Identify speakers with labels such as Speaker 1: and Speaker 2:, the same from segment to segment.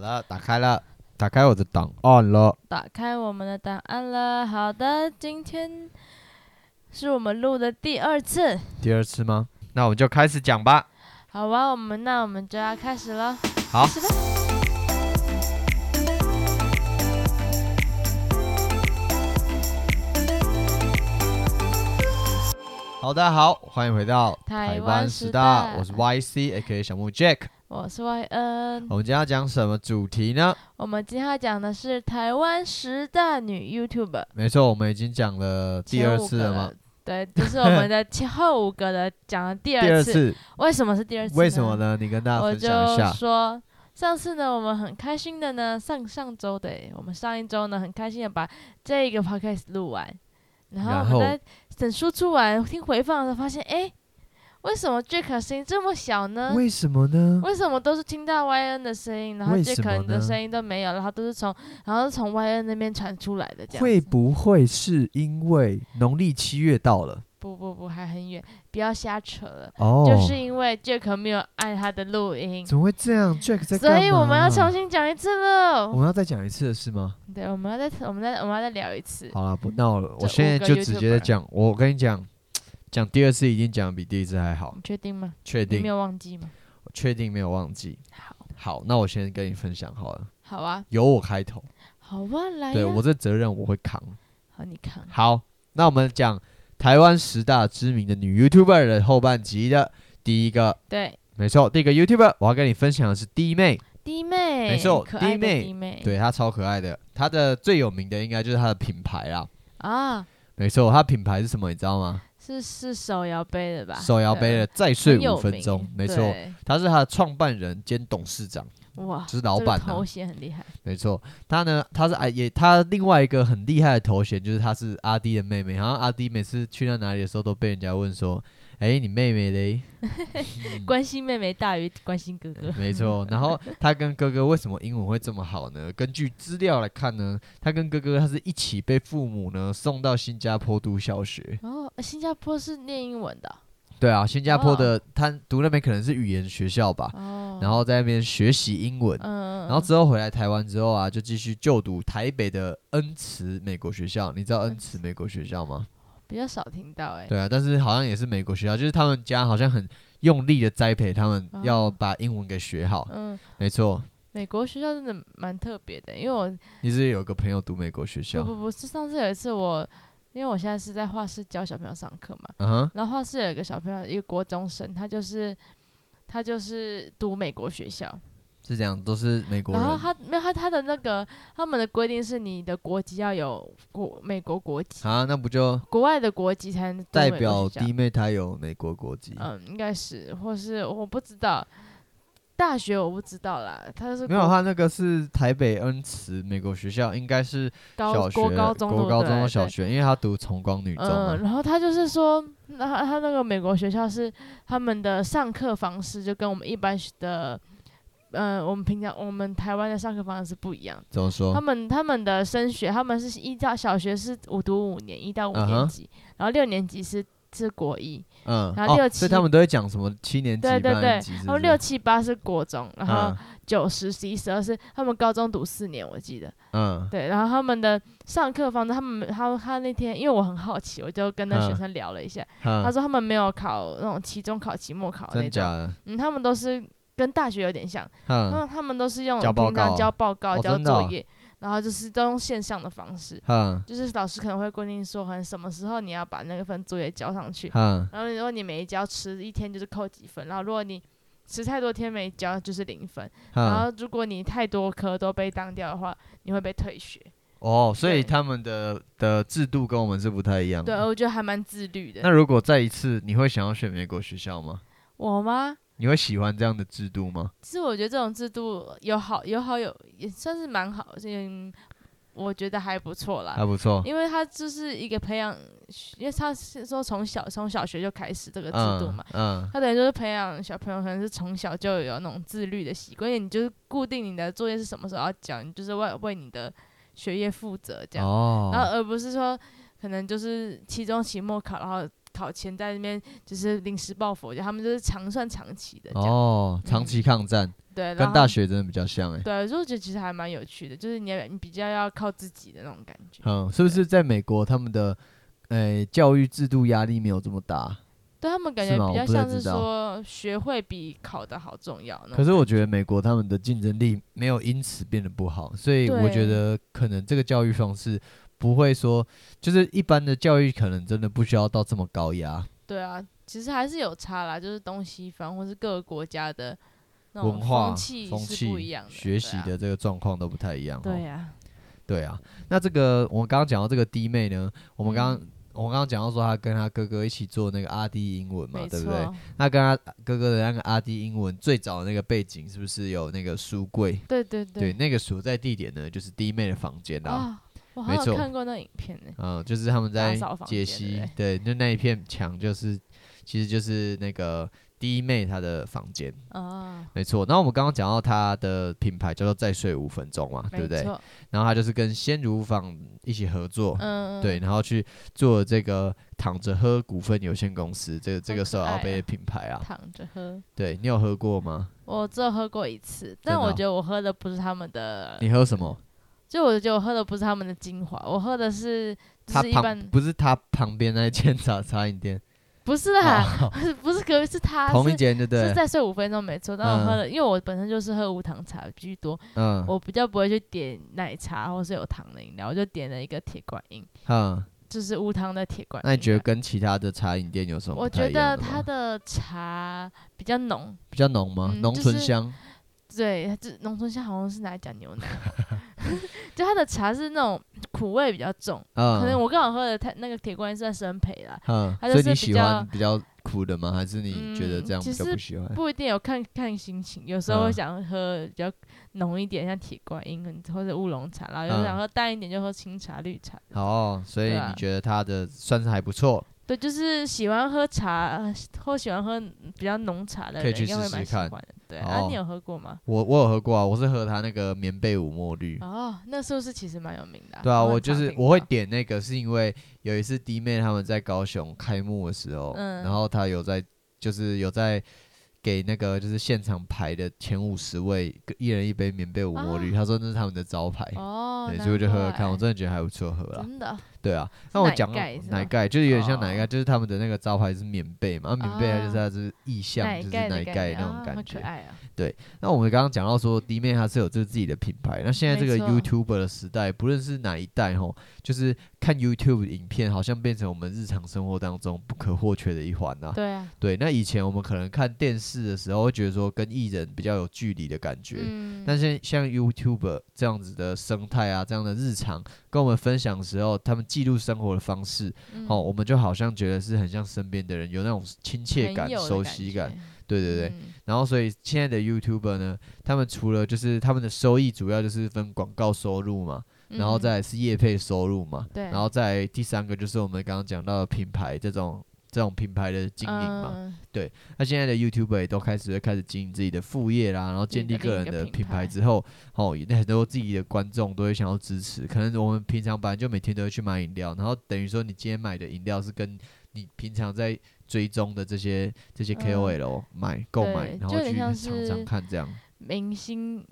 Speaker 1: 的，打开了，打开我的档案了。
Speaker 2: 打开我们的档案了。好的，今天是我们录的第二次。
Speaker 1: 第二次吗？那我们就开始讲吧。
Speaker 2: 好吧，我们那我们就要开始了。
Speaker 1: 好
Speaker 2: 是吧？
Speaker 1: 好的，好，欢迎回到
Speaker 2: 台
Speaker 1: 湾
Speaker 2: 湾
Speaker 1: 时
Speaker 2: 时
Speaker 1: 大，
Speaker 2: 代
Speaker 1: 我是 YC A.K. 小木 Jack。
Speaker 2: 我是 Y N，
Speaker 1: 我们今天要讲什么主题呢？
Speaker 2: 我们今天要讲的是台湾十大女 YouTuber。
Speaker 1: 没错，我们已经讲了第
Speaker 2: 前
Speaker 1: 二
Speaker 2: 五
Speaker 1: 次
Speaker 2: 个
Speaker 1: 了吗？？
Speaker 2: 对，就是我们的前后五个的讲的第
Speaker 1: 第二
Speaker 2: 次。
Speaker 1: 次，
Speaker 2: 为什么是第二次？
Speaker 1: 为什么？呢？你跟大家
Speaker 2: 我
Speaker 1: 啊分
Speaker 2: 就
Speaker 1: 享一下。
Speaker 2: 说，上次呢，我们很开心的呢，上上周的欸，我们上一周呢，很开心的把这个 podcast 录完，然
Speaker 1: 然
Speaker 2: 后
Speaker 1: 后
Speaker 2: 我们在等输出完听回放的时候，发现哎、诶为什么 Jack 的声音这么小呢？
Speaker 1: 为什么呢？
Speaker 2: 为什么都是听到 YN 的声音，然后
Speaker 1: 为
Speaker 2: Jack
Speaker 1: 什么
Speaker 2: 你的
Speaker 1: 呢
Speaker 2: 声音都没有，然后都是从，然后是从 YN 那边传出来的这样
Speaker 1: 会
Speaker 2: 子。
Speaker 1: 不会是因为农历七月到了？
Speaker 2: 不不不，还很远，不要瞎扯了。
Speaker 1: 哦，
Speaker 2: 就是因为 Jack 没有按他的录音，
Speaker 1: 怎么会这样？Jack 在
Speaker 2: 所以
Speaker 1: 干
Speaker 2: 我们要
Speaker 1: 嘛
Speaker 2: 重新讲一次了。
Speaker 1: 我们要再讲一次的是吗？
Speaker 2: 对，我们要再我们再我们要再聊一次。
Speaker 1: 好了，不闹了，
Speaker 2: 这
Speaker 1: 我现在
Speaker 2: 五个
Speaker 1: 就直接
Speaker 2: YouTuber
Speaker 1: 讲。我跟你讲，讲第二次已经讲比第一次还好
Speaker 2: 你，确定吗？
Speaker 1: 确
Speaker 2: 你没
Speaker 1: 定，
Speaker 2: 有忘记吗？
Speaker 1: 我确定没有忘记。
Speaker 2: 好，
Speaker 1: 好，那我先跟你分享好了，
Speaker 2: 好啊，
Speaker 1: 由我开头，
Speaker 2: 好啊，来呀。
Speaker 1: 对我这责任我会扛。
Speaker 2: 好，你看，
Speaker 1: 好，那我们讲台湾十大知名的女 YouTuber 的后半集的第一个，
Speaker 2: 对，
Speaker 1: 没错，第一个 YouTuber 我要跟你分享的是弟妹，
Speaker 2: 弟妹，
Speaker 1: 没错
Speaker 2: 可爱
Speaker 1: 弟
Speaker 2: 的
Speaker 1: 妹
Speaker 2: 弟妹，
Speaker 1: 对她超可爱的，她的最有名的应该就是她的品牌啦。
Speaker 2: 啊，
Speaker 1: 没错，她品牌是什么你知道吗？
Speaker 2: 是是手摇杯的吧？
Speaker 1: 手摇杯的再
Speaker 2: 对
Speaker 1: 睡五分钟，没，
Speaker 2: 很
Speaker 1: 错
Speaker 2: 有，名
Speaker 1: 他是他的创办人兼董事长，
Speaker 2: 对哇，
Speaker 1: 就是老板
Speaker 2: 这个
Speaker 1: 啊
Speaker 2: 头，衔很厉害，
Speaker 1: 没错。他呢，他是啊也他另外一个很厉害的头衔就是他是阿弟的妹妹，好像阿弟每次去到哪里的时候都被人家问说，哎、你妹妹嘞？
Speaker 2: 关心妹妹大于关心哥哥，
Speaker 1: 没错。然后他跟哥哥为什么英文会这么好呢？根据资料来看呢，他跟哥哥他是一起被父母呢送到新加坡读小学。
Speaker 2: 然后呃新加坡是念英文的
Speaker 1: 对啊，新加坡
Speaker 2: 哦
Speaker 1: 的、他读那边可能是语言学校吧，
Speaker 2: 哦，
Speaker 1: 然
Speaker 2: 后
Speaker 1: 后在那边学习英文。
Speaker 2: 嗯，嗯
Speaker 1: 然后之后回来台湾之后啊，就继续就读台北的恩慈美国学校。你知道恩慈美国学校吗？
Speaker 2: 比较少听到哎，
Speaker 1: 对啊，但是好像也是美国学校，就是他们家好像很用力的栽培他们
Speaker 2: 哦
Speaker 1: 要把英文给学好。
Speaker 2: 嗯，
Speaker 1: 没错，
Speaker 2: 美国学校真的蛮特别的，因为我
Speaker 1: 你是不是有个朋友读美国学校
Speaker 2: 不，不不是，上次有一次我，因为我现在是在画室教小朋友上课嘛，
Speaker 1: 嗯哼，
Speaker 2: 然后画室有一个小朋友，一个国中生，他就是他就是读美国学校，
Speaker 1: 是这样，都是美国
Speaker 2: 然后
Speaker 1: 人
Speaker 2: 他没有他他的那个他们的规定是你的国籍要有国美国国籍，
Speaker 1: 啊，那不就
Speaker 2: 国外的国籍才能读
Speaker 1: 代
Speaker 2: 美国
Speaker 1: 表
Speaker 2: 学校
Speaker 1: 弟妹她有美国国籍？
Speaker 2: 嗯，应该是，或是我不知道。大学我不知道啦，他是
Speaker 1: 没有，
Speaker 2: 国
Speaker 1: 他那个是台北恩慈美国学校，应该是
Speaker 2: 高
Speaker 1: 小学、
Speaker 2: 国高中
Speaker 1: 国
Speaker 2: 对
Speaker 1: 高
Speaker 2: 不
Speaker 1: 中
Speaker 2: 对
Speaker 1: 或小
Speaker 2: 对
Speaker 1: 学，因为他读崇光女中啊嘛
Speaker 2: 嗯，。然后他就是说，那他他那个美国学校是他们的上课方式就跟我们一般的，呃，我们平常我们台湾的上课方式是不一样的。
Speaker 1: 怎么说
Speaker 2: 他？们他们的升学，他们是依照小学是五读五年，一到五
Speaker 1: 嗯哼
Speaker 2: 年级然后六年级是是国一，
Speaker 1: 嗯，
Speaker 2: 然后六
Speaker 1: 哦，所
Speaker 2: 七
Speaker 1: 以他们都会讲什么七年级、
Speaker 2: 对对
Speaker 1: 八
Speaker 2: 对
Speaker 1: 年级，是
Speaker 2: 然
Speaker 1: 不
Speaker 2: 后
Speaker 1: 是？
Speaker 2: 六七八是国中，然后
Speaker 1: 嗯
Speaker 2: 九十十一十二是他们高中读四年，我记得。
Speaker 1: 嗯
Speaker 2: 对，然后他们的上课方式，他们他他那天因为我很好奇，我就跟那学生聊了一下，他
Speaker 1: 嗯，
Speaker 2: 说他们没有考那种期中考、期末考那
Speaker 1: 真假
Speaker 2: 种，
Speaker 1: 的？
Speaker 2: 嗯，他们都是跟大学有点像，
Speaker 1: 嗯
Speaker 2: 那他们都是用
Speaker 1: 交报
Speaker 2: 平常
Speaker 1: 告
Speaker 2: 交报告、
Speaker 1: 哦
Speaker 2: 交
Speaker 1: 真的哦
Speaker 2: 作业，然后就是都用线上的方式，
Speaker 1: 嗯
Speaker 2: 就是老师可能会规定说，可能什么时候你要把那份作业交上去，
Speaker 1: 嗯，
Speaker 2: 然后如果你没交，迟一天就是扣几分，然后如果你迟太多天没交就是零分，然
Speaker 1: 嗯
Speaker 2: 后如果你太多科都被当掉的话，你会被退学。
Speaker 1: 哦，所以
Speaker 2: 对
Speaker 1: 他们的的制度跟我们是不太一样
Speaker 2: 对，
Speaker 1: 的。
Speaker 2: 我觉得还蛮自律
Speaker 1: 嗯那
Speaker 2: 的。
Speaker 1: 如果再一次，你会想要选美国学校吗？
Speaker 2: 我吗？
Speaker 1: 你会喜欢这样的制度吗？
Speaker 2: 其实我觉得这种制度有好有好有也算是蛮好，嗯，我觉得还不错啦。
Speaker 1: 还不错，
Speaker 2: 啊因为他就是一个培养，因为他是说从小从小学就开始这个制度嘛，
Speaker 1: 嗯，嗯
Speaker 2: 他等于就是培养小朋友，可能是从小就有那种自律的习惯，因为你就是固定你的作业是什么时候要交，你就是为为你的学业负责这样，然呃
Speaker 1: 哦，
Speaker 2: 后而不是说可能就是期中、期末考，然后考前在那边就是临时抱佛脚，他们就是长算长期的这样。
Speaker 1: 哦，长期抗战
Speaker 2: 对，然
Speaker 1: 跟
Speaker 2: 后
Speaker 1: 大学真的比较像哎。
Speaker 2: 对，所以我觉得其实还蛮有趣的，就是你要你比较要靠自己的那种感觉。
Speaker 1: 嗯，是不是在美国他们的诶教育制度压力没有这么大？
Speaker 2: 对他们感
Speaker 1: 是
Speaker 2: 觉
Speaker 1: 吗
Speaker 2: 比
Speaker 1: 我
Speaker 2: 较
Speaker 1: 不太
Speaker 2: 像
Speaker 1: 知
Speaker 2: 是
Speaker 1: 道
Speaker 2: 说学会比考的好重要那种。
Speaker 1: 可是我觉得美国他们的竞争力没有因此变得不好，所以我觉
Speaker 2: 对
Speaker 1: 得可能这个教育方式不会说，就是一般的教育可能真的不需要到这么高压，
Speaker 2: 对啊，其实还是有差啦，就是东西方或是各个国家的那种
Speaker 1: 文化、
Speaker 2: 风气是不一样的，啊
Speaker 1: 学习的这个状况都不太一样哦。
Speaker 2: 对啊。对啊，
Speaker 1: 对啊，那这个我们刚刚讲到这个弟妹呢，我们刚
Speaker 2: 嗯
Speaker 1: 刚、我们刚刚讲到说她跟她哥哥一起做那个阿弟英文嘛，
Speaker 2: 啊没
Speaker 1: 对
Speaker 2: 错，
Speaker 1: 不对？那跟她哥哥的那个阿弟英文最早的那个背景是不是有那个书柜？
Speaker 2: 对对
Speaker 1: 对，
Speaker 2: 对
Speaker 1: 那个所在地点呢就是弟妹的房间啦。
Speaker 2: 啊，我好
Speaker 1: 没
Speaker 2: 像
Speaker 1: 错
Speaker 2: 有看过那影片呢、
Speaker 1: 嗯，就是他们在
Speaker 2: 打扫房
Speaker 1: 解
Speaker 2: 间
Speaker 1: 析
Speaker 2: 对不，
Speaker 1: 对，就那一片墙就是，其实就是那个弟妹她的房间，
Speaker 2: 啊，
Speaker 1: 没错。那我们刚刚讲到她的品牌叫做再睡五分钟嘛，对
Speaker 2: 没
Speaker 1: 不对？
Speaker 2: 错，
Speaker 1: 然后她就是跟鲜乳坊一起合作，
Speaker 2: 嗯，
Speaker 1: 对，然后去做这个躺着喝股份有限公司，这个这
Speaker 2: 好
Speaker 1: 个
Speaker 2: 可
Speaker 1: 手摇
Speaker 2: 爱
Speaker 1: 杯的
Speaker 2: 啊
Speaker 1: 品牌啊，
Speaker 2: 躺着喝，
Speaker 1: 对你有喝过吗？
Speaker 2: 我只有喝过一次，
Speaker 1: 的
Speaker 2: 但我
Speaker 1: 哦
Speaker 2: 觉得我喝的不是他们的，
Speaker 1: 你喝什么？
Speaker 2: 就我觉得我喝的不是他们的精华，我喝的是就
Speaker 1: 他
Speaker 2: 是一般
Speaker 1: 旁不是他旁边那一间 茶茶饮店，
Speaker 2: 不是啊，不是 不是，可是他
Speaker 1: 哦同一
Speaker 2: 啊是
Speaker 1: 间对不
Speaker 2: 是
Speaker 1: 对？
Speaker 2: 再睡五分钟没错，但我喝
Speaker 1: 嗯
Speaker 2: 了，因为我本身就是喝无糖茶居多，
Speaker 1: 嗯，
Speaker 2: 我比较不会去点奶茶或是有糖的饮料，我就点了一个铁观音，
Speaker 1: 嗯，
Speaker 2: 就是无糖的铁观音。
Speaker 1: 那你觉得？跟其他的茶饮店有什么
Speaker 2: 我
Speaker 1: 不太
Speaker 2: 觉
Speaker 1: 一样
Speaker 2: 得
Speaker 1: 的
Speaker 2: 它
Speaker 1: 吗？
Speaker 2: 的茶比较浓，
Speaker 1: 比较浓吗？
Speaker 2: 嗯
Speaker 1: 浓
Speaker 2: 就
Speaker 1: 醇
Speaker 2: 是
Speaker 1: 香，
Speaker 2: 对，它这农村香好像是拿来讲牛奶， 就它的茶是那种苦味比较重，
Speaker 1: 嗯，
Speaker 2: 可能我刚好喝的太那个铁观音算生焙啦，
Speaker 1: 嗯，
Speaker 2: 它
Speaker 1: 所
Speaker 2: 就
Speaker 1: 以
Speaker 2: 是
Speaker 1: 你
Speaker 2: 比
Speaker 1: 喜欢比较苦的吗？还是你觉得
Speaker 2: 嗯
Speaker 1: 这样
Speaker 2: 其
Speaker 1: 比较
Speaker 2: 实
Speaker 1: 不喜欢？
Speaker 2: 不一定有看看心情，有时候
Speaker 1: 嗯
Speaker 2: 会想喝比较浓一点，像铁观音或者乌龙茶啦，有时候想
Speaker 1: 嗯
Speaker 2: 喝淡一点就喝清茶、绿茶。
Speaker 1: 哦，所以
Speaker 2: 对
Speaker 1: 你
Speaker 2: 啊
Speaker 1: 觉得它的算是还不错，
Speaker 2: 对，就是喜欢喝茶呃或喜欢喝比较浓茶的人，
Speaker 1: 可以去
Speaker 2: 应该会
Speaker 1: 试试
Speaker 2: 蛮喜
Speaker 1: 看
Speaker 2: 欢的。对啊，
Speaker 1: 哦
Speaker 2: 你有喝过吗？
Speaker 1: 我我有喝过啊，我是喝它那个棉被五墨绿，
Speaker 2: 哦，那是不是其实蛮有名的、
Speaker 1: 对啊，
Speaker 2: 我
Speaker 1: 我
Speaker 2: 很
Speaker 1: 就
Speaker 2: 常
Speaker 1: 是
Speaker 2: 听
Speaker 1: 我会
Speaker 2: 到
Speaker 1: 点那个，是因为有一次弟妹他们在高雄开幕的时候，
Speaker 2: 嗯
Speaker 1: 然后他有在就是有在给那个就是现场排的前五十位各一人一杯棉被五墨绿，他说那是他们的招牌，
Speaker 2: 哦，
Speaker 1: 哎对，
Speaker 2: 难
Speaker 1: 所以我就喝喝看，我
Speaker 2: 怪
Speaker 1: 真的觉得还不错喝啦，
Speaker 2: 真的
Speaker 1: 对啊。
Speaker 2: 是
Speaker 1: 那我
Speaker 2: 奶
Speaker 1: 讲到
Speaker 2: 盖是
Speaker 1: 奶
Speaker 2: 吗
Speaker 1: 盖就是有点像奶盖，
Speaker 2: 哦
Speaker 1: 就是他们的那个招牌是棉被嘛，啊棉被它就是它是意象，
Speaker 2: 奶
Speaker 1: 就是
Speaker 2: 盖
Speaker 1: 奶
Speaker 2: 的
Speaker 1: 盖
Speaker 2: 念
Speaker 1: 那种
Speaker 2: 啊
Speaker 1: 感
Speaker 2: 好
Speaker 1: 觉
Speaker 2: 可。爱啊！
Speaker 1: 那我们刚刚讲到说弟妹她是有这自己的品牌，那现在这个
Speaker 2: 没错
Speaker 1: YouTuber 的时代，不论是哪一代吼，就是看 YouTube 影片，好像变成我们日常生活当中不可或缺的一环呐、
Speaker 2: 对啊，
Speaker 1: 对，那以前我们可能看电视的时候，会觉得说跟艺人比较有距离的感觉。
Speaker 2: 嗯，
Speaker 1: 但是像 YouTube 这样子的生态啊，这样的日常跟我们分享的时候，他们记录生活的方式，
Speaker 2: 嗯
Speaker 1: 哦，我们就好像觉得是很像身边的人，有那种亲切
Speaker 2: 朋
Speaker 1: 感、
Speaker 2: 友的
Speaker 1: 熟悉
Speaker 2: 感
Speaker 1: 感
Speaker 2: 觉，。
Speaker 1: 对对对。
Speaker 2: 嗯
Speaker 1: 然后，所以现在的 YouTuber 呢，他们除了就是他们的收益主要就是分广告收入嘛，然后
Speaker 2: 嗯
Speaker 1: 再来是业配收入嘛，
Speaker 2: 对
Speaker 1: 然后再来第三个就是我们刚刚讲到的品牌这种这种品牌的经营嘛。
Speaker 2: 嗯
Speaker 1: 那现在的 YouTuber 也都开始会开始经营自己的副业啦，然后
Speaker 2: 自己
Speaker 1: 建
Speaker 2: 的
Speaker 1: 立个人
Speaker 2: 另一个
Speaker 1: 的
Speaker 2: 品
Speaker 1: 品牌
Speaker 2: 牌
Speaker 1: 之后，哦，也很多自己的观众都会想要支持。可能我们平常本来就每天都会去买饮料，然后等于说你今天买的饮料是跟你平常在追踪的这些这些
Speaker 2: 嗯
Speaker 1: KOL 买购买，
Speaker 2: 对
Speaker 1: 然
Speaker 2: 就
Speaker 1: 后
Speaker 2: 有点像
Speaker 1: 去尝尝
Speaker 2: 是
Speaker 1: 看这样。
Speaker 2: 明星，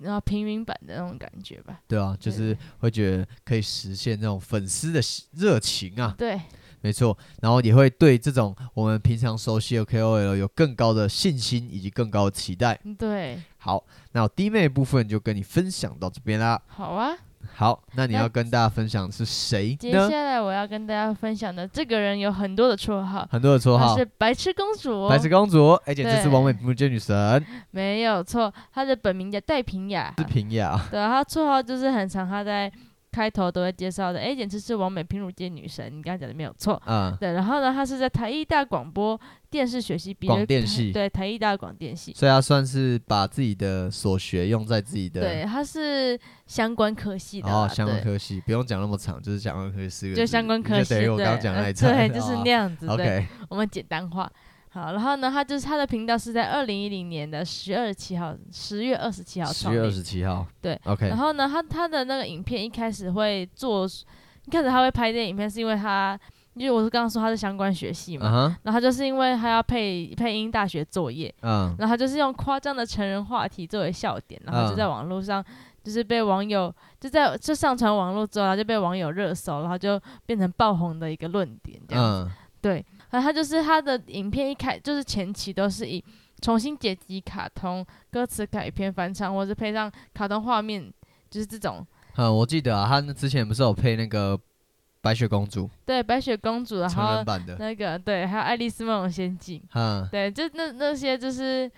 Speaker 2: 然后平民版的那种感觉吧。
Speaker 1: 对啊，就
Speaker 2: 对
Speaker 1: 是会觉得可以实现那种粉丝的喜热情啊，
Speaker 2: 对，
Speaker 1: 没错。然后也会对这种我们平常熟悉的 KOL 有更高的信心以及更高的期待。
Speaker 2: 对，
Speaker 1: 好，那我弟妹的部分就跟你分享到这边啦。
Speaker 2: 好啊。
Speaker 1: 好，那你
Speaker 2: 那
Speaker 1: 要跟大家分享的是谁
Speaker 2: 接
Speaker 1: 呢？
Speaker 2: 下来我要跟大家分享的这个人有很多的绰号，
Speaker 1: 很多的绰
Speaker 2: 她
Speaker 1: 号
Speaker 2: 是，白痴公主，
Speaker 1: 白雪公主，而且这是
Speaker 2: 对
Speaker 1: 完美不界女神，
Speaker 2: 没有错，她的本名叫戴平雅，
Speaker 1: 是平雅。
Speaker 2: 对，她绰号就是很常她在开头都会介绍的，哎，简直是完美平乳界女神，你刚刚讲的没有错。
Speaker 1: 嗯，
Speaker 2: 对，然后呢，她是在台艺大广播电视学习毕业，
Speaker 1: 广电系
Speaker 2: 对，台艺大广电系，
Speaker 1: 所以她算是把自己的所学用在自己的
Speaker 2: 对，她是相关科系的啦，
Speaker 1: 哦相关
Speaker 2: 对
Speaker 1: 科系，不用讲那么长，就是相关科系四个字，
Speaker 2: 就相关科
Speaker 1: 你就
Speaker 2: 系，
Speaker 1: 等于我
Speaker 2: 对
Speaker 1: 刚刚讲那一
Speaker 2: 呃
Speaker 1: 层，
Speaker 2: 对，就是那
Speaker 1: 样。
Speaker 2: 样子，对。
Speaker 1: OK，
Speaker 2: 我们简单化。好，然后呢，他就是他的频道是在二零一零年的十二七号，十月二十七号
Speaker 1: 十
Speaker 2: 创
Speaker 1: 月二
Speaker 2: 立。
Speaker 1: 十七号，
Speaker 2: 对
Speaker 1: ，OK，
Speaker 2: 然后呢，他他的那个影片一开始会做，一开始他会拍这影片，是因为他因为我是刚刚说他是相关学系嘛，
Speaker 1: 嗯哼，
Speaker 2: 然后他就是因为他要配配音大学作业，
Speaker 1: 嗯，
Speaker 2: 然后他就是用夸张的成人话题作为笑点，然后就在网络上就是被网友就在就上传网络之后，然后就被网友热搜，然后就变成爆红的一个论点这样。
Speaker 1: 嗯，
Speaker 2: 对，然后他就是他的影片一开就是前期都是以重新剪辑卡通歌词改编翻唱，或是配上卡通画面，就是这种
Speaker 1: 嗯，我记得啊，他那之前不是有配那个白雪公主
Speaker 2: 对白雪公主，然
Speaker 1: 成人
Speaker 2: 后
Speaker 1: 版的，
Speaker 2: 那个对，还有爱丽丝梦游仙境，
Speaker 1: 嗯，
Speaker 2: 对，就那那些就是。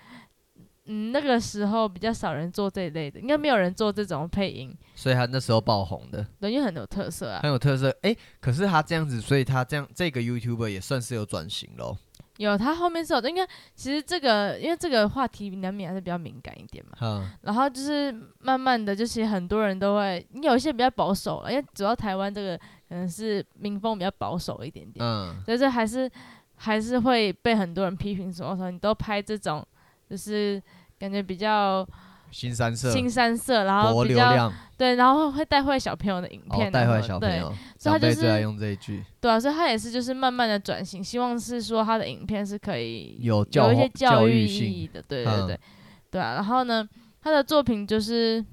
Speaker 2: 嗯，那个时候比较少人做这一类的，应该没有人做这种配音，
Speaker 1: 所以他那时候爆红的，
Speaker 2: 对，因为很有特色啊。
Speaker 1: 很有特色。诶，可是他这样子，所以他这样这个 YouTuber 也算是有转型咯。
Speaker 2: 有，它后面是有的，应该其实这个，因为这个话题难免还是比较敏感一点嘛。
Speaker 1: 嗯，
Speaker 2: 然后就是慢慢的，就是很多人都会，有一些比较保守了，因为主要台湾这个可能是民风比较保守一点点，
Speaker 1: 嗯，
Speaker 2: 所以这还是还是会被很多人批评说，说你都拍这种就是感觉比较
Speaker 1: 新三色，
Speaker 2: 新三色，然后
Speaker 1: 博
Speaker 2: 比
Speaker 1: 流
Speaker 2: 较
Speaker 1: 量，
Speaker 2: 对，然后会带坏小朋友的影片啊什
Speaker 1: 哦，
Speaker 2: 么的、
Speaker 1: 带坏小朋
Speaker 2: 对
Speaker 1: 友，
Speaker 2: 所以他
Speaker 1: 长
Speaker 2: 就
Speaker 1: 辈
Speaker 2: 是
Speaker 1: 最爱用这一句，
Speaker 2: 对啊，所以他也是就是慢慢的转型，希望是说他的影片是可以
Speaker 1: 有教
Speaker 2: 有一些
Speaker 1: 教
Speaker 2: 育
Speaker 1: 育
Speaker 2: 意
Speaker 1: 性
Speaker 2: 义的，对对
Speaker 1: 嗯
Speaker 2: 对，对啊。然后呢，他的作品就是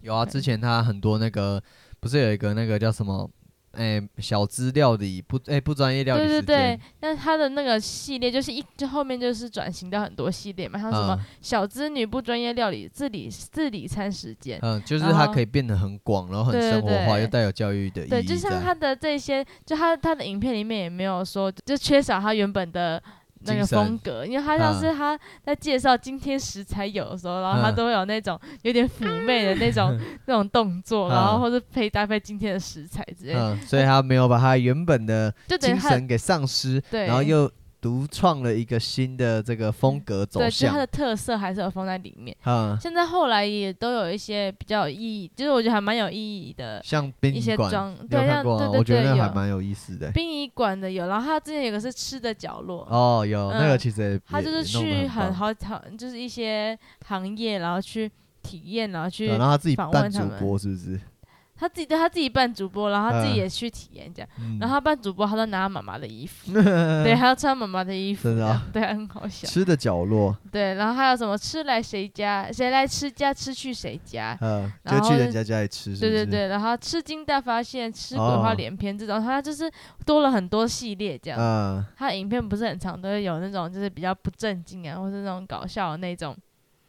Speaker 1: 有啊，之前他很多那个不是有一个那个叫什么？诶，小资料理不诶，不专业料理
Speaker 2: 对对
Speaker 1: 时
Speaker 2: 对
Speaker 1: 间，，
Speaker 2: 那他的那个系列就是一就后面就是转型到很多系列嘛，像什么
Speaker 1: 嗯
Speaker 2: 小资女不专业料理自理自理餐时间，
Speaker 1: 嗯，就是
Speaker 2: 然
Speaker 1: 它
Speaker 2: 后
Speaker 1: 可以变得很广，然后很
Speaker 2: 对
Speaker 1: 生活化，
Speaker 2: 对
Speaker 1: 又带有教育的意义在。
Speaker 2: 对，就像他的这些，就他他的影片里面也没有说，就缺少他原本的那个
Speaker 1: 精神
Speaker 2: 风格，因为他像
Speaker 1: 嗯
Speaker 2: 是他在介绍今天食材有的时候，然后他
Speaker 1: 嗯
Speaker 2: 都会有那种有点妩媚的那 种那种动作，然后
Speaker 1: 嗯
Speaker 2: 或者配搭配今天的食材之类的，
Speaker 1: 嗯，所以他没有把他原本的
Speaker 2: 就等于呃
Speaker 1: 精
Speaker 2: 他的
Speaker 1: 神给丧失，
Speaker 2: 对
Speaker 1: 然后又独创了一个新的这个风格走
Speaker 2: 对，就是他
Speaker 1: 向
Speaker 2: 的。特色还是有放在里面。
Speaker 1: 嗯，
Speaker 2: 现在后来也都有一些比较有意义，就是我觉得还蛮有意义的
Speaker 1: 像
Speaker 2: 一
Speaker 1: 殡仪
Speaker 2: 些
Speaker 1: 馆，
Speaker 2: 装，
Speaker 1: 你有
Speaker 2: 对，像
Speaker 1: 看过
Speaker 2: 对
Speaker 1: 吗？
Speaker 2: 对对，
Speaker 1: 我觉得那个还
Speaker 2: 有
Speaker 1: 蛮有意思的。
Speaker 2: 殡仪馆的有，然后他之前有个是吃的角落，
Speaker 1: 哦，有
Speaker 2: 嗯
Speaker 1: 那个其实也
Speaker 2: 他就是
Speaker 1: 也弄得
Speaker 2: 去很
Speaker 1: 棒
Speaker 2: 好好，就是一些行业，然后去体验，然后
Speaker 1: 对啊
Speaker 2: 去
Speaker 1: 然后他自己
Speaker 2: 访
Speaker 1: 办
Speaker 2: 问他
Speaker 1: 主
Speaker 2: 们
Speaker 1: 播是不是？
Speaker 2: 他自己对他自己扮主播，然后他自己
Speaker 1: 嗯
Speaker 2: 也去体验这样。
Speaker 1: 嗯
Speaker 2: 然后他扮主播，他都拿妈妈的衣 服，对，他要穿妈妈的衣服
Speaker 1: 真
Speaker 2: 这
Speaker 1: 的
Speaker 2: 样，
Speaker 1: 啊
Speaker 2: 对，很好 笑。
Speaker 1: 吃的角落，
Speaker 2: 对，然后还有什么吃来谁家，谁来吃家，吃去谁 家。
Speaker 1: 嗯，就
Speaker 2: 然后
Speaker 1: 去人家家里吃，是
Speaker 2: 对
Speaker 1: 不
Speaker 2: 对
Speaker 1: 是？
Speaker 2: 对，然后吃惊大发现、吃鬼话
Speaker 1: 哦
Speaker 2: 连篇这种，他就是多了很多系列这样。
Speaker 1: 嗯，
Speaker 2: 他的影片不是很长，都会有那种就是比较不正经啊，或是那种搞笑的那种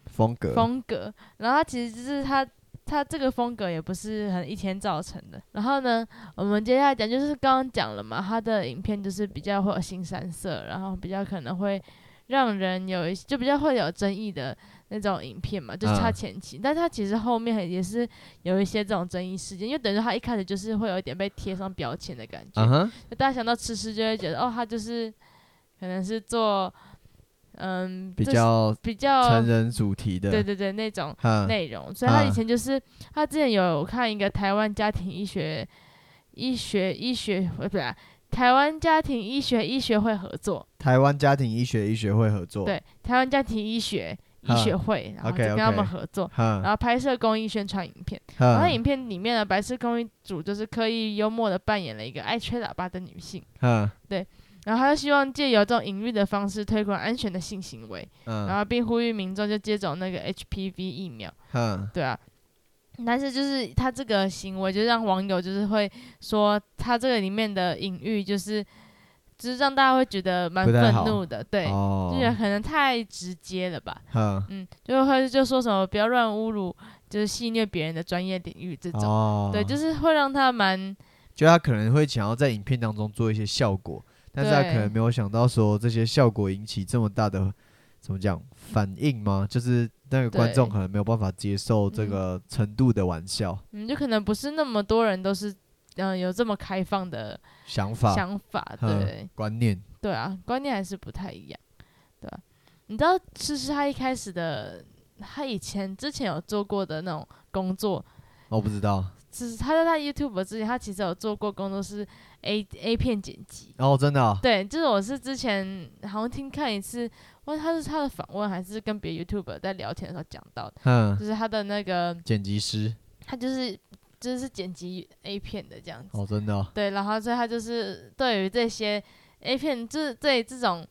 Speaker 1: 风格，
Speaker 2: 风格，然后它其实就是它它这个风格也不是很一天造成的。然后呢，我们接下来讲就是刚刚讲了嘛，它的影片就是比较会有新三色，然后比较可能会让人有一就比较会有争议的那种影片嘛，就是它
Speaker 1: 嗯
Speaker 2: 前期，但它其实后面也是有一些这种争议事件，因为等于说它一开始就是会有一点被贴上标签的感觉，
Speaker 1: 嗯哼，
Speaker 2: 就大家想到吃吃就会觉得哦，它就是可能是做。嗯，
Speaker 1: 比
Speaker 2: 就是
Speaker 1: 较
Speaker 2: 比较
Speaker 1: 成人主题的，
Speaker 2: 对对对，那种
Speaker 1: 嗯，
Speaker 2: 内容。所以他以
Speaker 1: 嗯
Speaker 2: 前就是、他之前有看一个台湾家庭医学医学医学呃不是啊、台湾家庭医学医学会合作，
Speaker 1: 台湾家庭医学医学会合作，，
Speaker 2: 对台湾家庭医学医学会，然后就
Speaker 1: OK，
Speaker 2: 跟他们
Speaker 1: OK
Speaker 2: 合作。
Speaker 1: 嗯
Speaker 2: 然，后拍摄公益宣传影片，然后
Speaker 1: 嗯
Speaker 2: 影片里面呢，白痴公益组就是刻意幽默的扮演了一个爱吹喇叭的女性，
Speaker 1: 嗯
Speaker 2: 然后他就希望借由这种隐喻的方式推广安全的性行为，然
Speaker 1: 嗯
Speaker 2: 后并呼吁民众就接种那个 HPV 疫苗。
Speaker 1: 嗯
Speaker 2: 对啊，但是就是他这个行为，就让网友就是会说他这个里面的隐喻，就是就是让大家会觉得蛮
Speaker 1: 不太
Speaker 2: 愤
Speaker 1: 好
Speaker 2: 怒的，对，就
Speaker 1: 哦
Speaker 2: 觉得可能太直接了吧，
Speaker 1: 嗯
Speaker 2: 嗯，就会就说什么不要乱侮辱，就是戏虐别人的专业领域这种，
Speaker 1: 哦，
Speaker 2: 对，就是会让他蛮
Speaker 1: 就他可能会想要在影片当中做一些效果，但是他
Speaker 2: 对
Speaker 1: 可能没有想到说这些效果引起这么大的怎么讲反应吗？就是那个观众
Speaker 2: 对
Speaker 1: 可能没有办法接受这
Speaker 2: 嗯
Speaker 1: 个程度的玩笑、
Speaker 2: 嗯，就可能不是那么多人都是。嗯，有这么开放的
Speaker 1: 想法、
Speaker 2: 想法，
Speaker 1: 嗯
Speaker 2: 对，
Speaker 1: 观念。
Speaker 2: 对啊，观念还是不太一样，对吧、你知道，其实他一开始的，他以前之前有做过的那种工作，
Speaker 1: 我哦不知道
Speaker 2: 就是他在他 YouTube 之前，他其实有做过工作是 A A 片剪辑。
Speaker 1: 哦，真的、哦，
Speaker 2: 对，就是我是之前好像听看一次，忘记他是他的访问还是跟别的 YouTuber 在聊天的时候讲到的，
Speaker 1: 嗯，
Speaker 2: 就是他的那个
Speaker 1: 剪辑师，
Speaker 2: 他就是就是剪辑 A 片的这样子。
Speaker 1: 哦，真的哦、
Speaker 2: 对，然后所以他就是对于这些 A 片，就是对这种，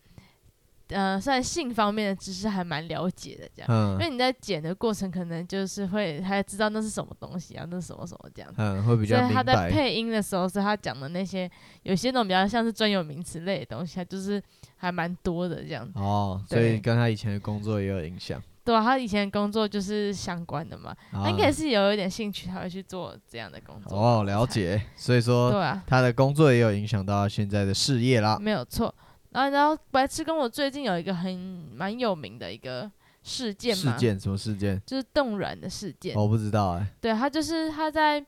Speaker 2: 呃，算性方面的知识还蛮了解的这样。因
Speaker 1: 嗯
Speaker 2: 为你在剪的过程，可能就是会还知道那是什么东西啊，那是什么什么这样。
Speaker 1: 嗯，会比
Speaker 2: 所
Speaker 1: 较
Speaker 2: 以
Speaker 1: 明
Speaker 2: 他在
Speaker 1: 白。
Speaker 2: 配音的时候，所以他讲的那些有些那种比较像是专有名词类的东西，他就是还蛮多的这样子。
Speaker 1: 哦，所
Speaker 2: 对
Speaker 1: 以跟他以前的工作也有影响。
Speaker 2: 对啊，他以前工作就是相关的嘛，他
Speaker 1: 啊
Speaker 2: 应该也是有一点兴趣，才会去做这样的工作。
Speaker 1: 哦，了
Speaker 2: 我猜。
Speaker 1: 解。所以说
Speaker 2: 对啊，
Speaker 1: 他的工作也有影响到他现在的事业啦。
Speaker 2: 没有错。然后，然后白痴跟我最近有一个很蛮有名的一个事件
Speaker 1: 事
Speaker 2: 嘛，
Speaker 1: 件什么事件？
Speaker 2: 就是冻卵的事件。
Speaker 1: 我不知道哎。
Speaker 2: 对他就是他在。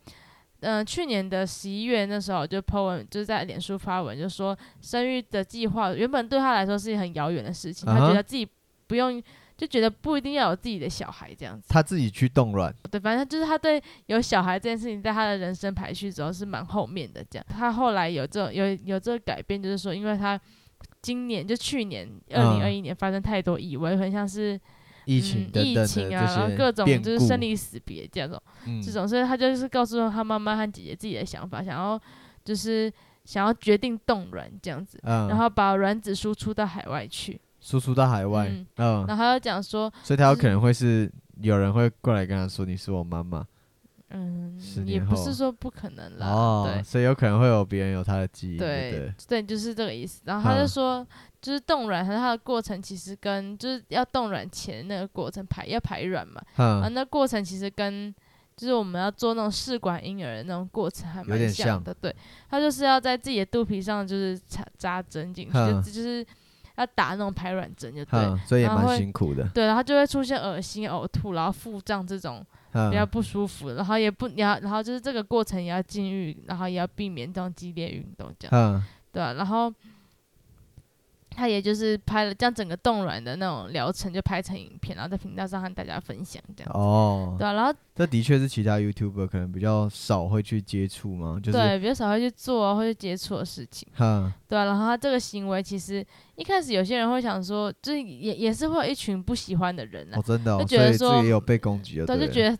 Speaker 2: 嗯、去年的十一月那时候就 po 文，就是在脸书发文，就说生育的计划原本对他来说是一件很遥远的事情，
Speaker 1: 啊
Speaker 2: 他
Speaker 1: 哈
Speaker 2: 觉得自己不用，就觉得不一定要有自己的小孩这样子。
Speaker 1: 他自己去冻卵，
Speaker 2: 对，反正就是他对有小孩这件事情，在他的人生排序主要是蛮后面的。这样，他后来有这种有有这个改变，就是说，因为他今年就去年二
Speaker 1: 嗯
Speaker 2: 零二一年发生太多意外，很像是
Speaker 1: 疫情
Speaker 2: 嗯、
Speaker 1: 等等
Speaker 2: 疫
Speaker 1: 的
Speaker 2: 情啊，然
Speaker 1: 这
Speaker 2: 后各
Speaker 1: 些
Speaker 2: 种
Speaker 1: 变
Speaker 2: 就是
Speaker 1: 故
Speaker 2: 生离死别这种。
Speaker 1: 嗯
Speaker 2: 这种，所以他就是告诉他妈妈和姐姐自己的想法，想要就是想要决定冻卵这样子，
Speaker 1: 嗯，
Speaker 2: 然后把卵子输出到海外去。
Speaker 1: 输出到海外
Speaker 2: 嗯，
Speaker 1: 嗯，
Speaker 2: 然后他就讲说，
Speaker 1: 所以他有
Speaker 2: 就
Speaker 1: 可能会是有人会过来跟他说你是我妈妈
Speaker 2: 嗯
Speaker 1: 十，
Speaker 2: 也
Speaker 1: 年
Speaker 2: 不
Speaker 1: 后
Speaker 2: 是说不可能啦，
Speaker 1: 哦，
Speaker 2: 对
Speaker 1: 所以有可能会有别人有他的记忆，对不
Speaker 2: 对
Speaker 1: 对，
Speaker 2: 对，就是这个意思。然后他就
Speaker 1: 嗯
Speaker 2: 说，就是冻卵和它的过程其实跟就是要冻卵前那个过程排要排卵嘛，啊，
Speaker 1: 嗯，
Speaker 2: 那过程其实跟就是我们要做那种试管婴儿的那种过程还蛮
Speaker 1: 点
Speaker 2: 像
Speaker 1: 像
Speaker 2: 的，对，它就是要在自己的肚皮上就是插扎针进去，就
Speaker 1: 哼
Speaker 2: 就是要打那种排卵针，就对。
Speaker 1: 嗯，所以也
Speaker 2: 然后会
Speaker 1: 蛮辛苦的，
Speaker 2: 对，然后就会出现恶心、呕吐，然后腹胀这种比较
Speaker 1: 嗯，
Speaker 2: 不舒服，然后也不，你要，然后就是这个过程也要禁欲，然后也要避免这种激烈运动，这样，
Speaker 1: 嗯，
Speaker 2: 对、啊、然后他也就是拍了将整个冻卵的那种疗程就拍成影片，然后在频道上和大家分享，这样，
Speaker 1: 哦，
Speaker 2: 对、啊，然后
Speaker 1: 这的确是其他 YouTuber 可能比较少会去接触嘛，就是，
Speaker 2: 对，比较少会去做啊或者接触的事情，
Speaker 1: 嗯，
Speaker 2: 对啊、然后他这个行为，其实一开始有些人会想说，就是也也是会有一群不喜欢的人啊，
Speaker 1: 哦，真的
Speaker 2: 就
Speaker 1: 哦，
Speaker 2: 觉
Speaker 1: 所
Speaker 2: 得
Speaker 1: 以自
Speaker 2: 说
Speaker 1: 己也有被攻击的，
Speaker 2: 对，啊
Speaker 1: 对
Speaker 2: 就
Speaker 1: 了，
Speaker 2: 觉得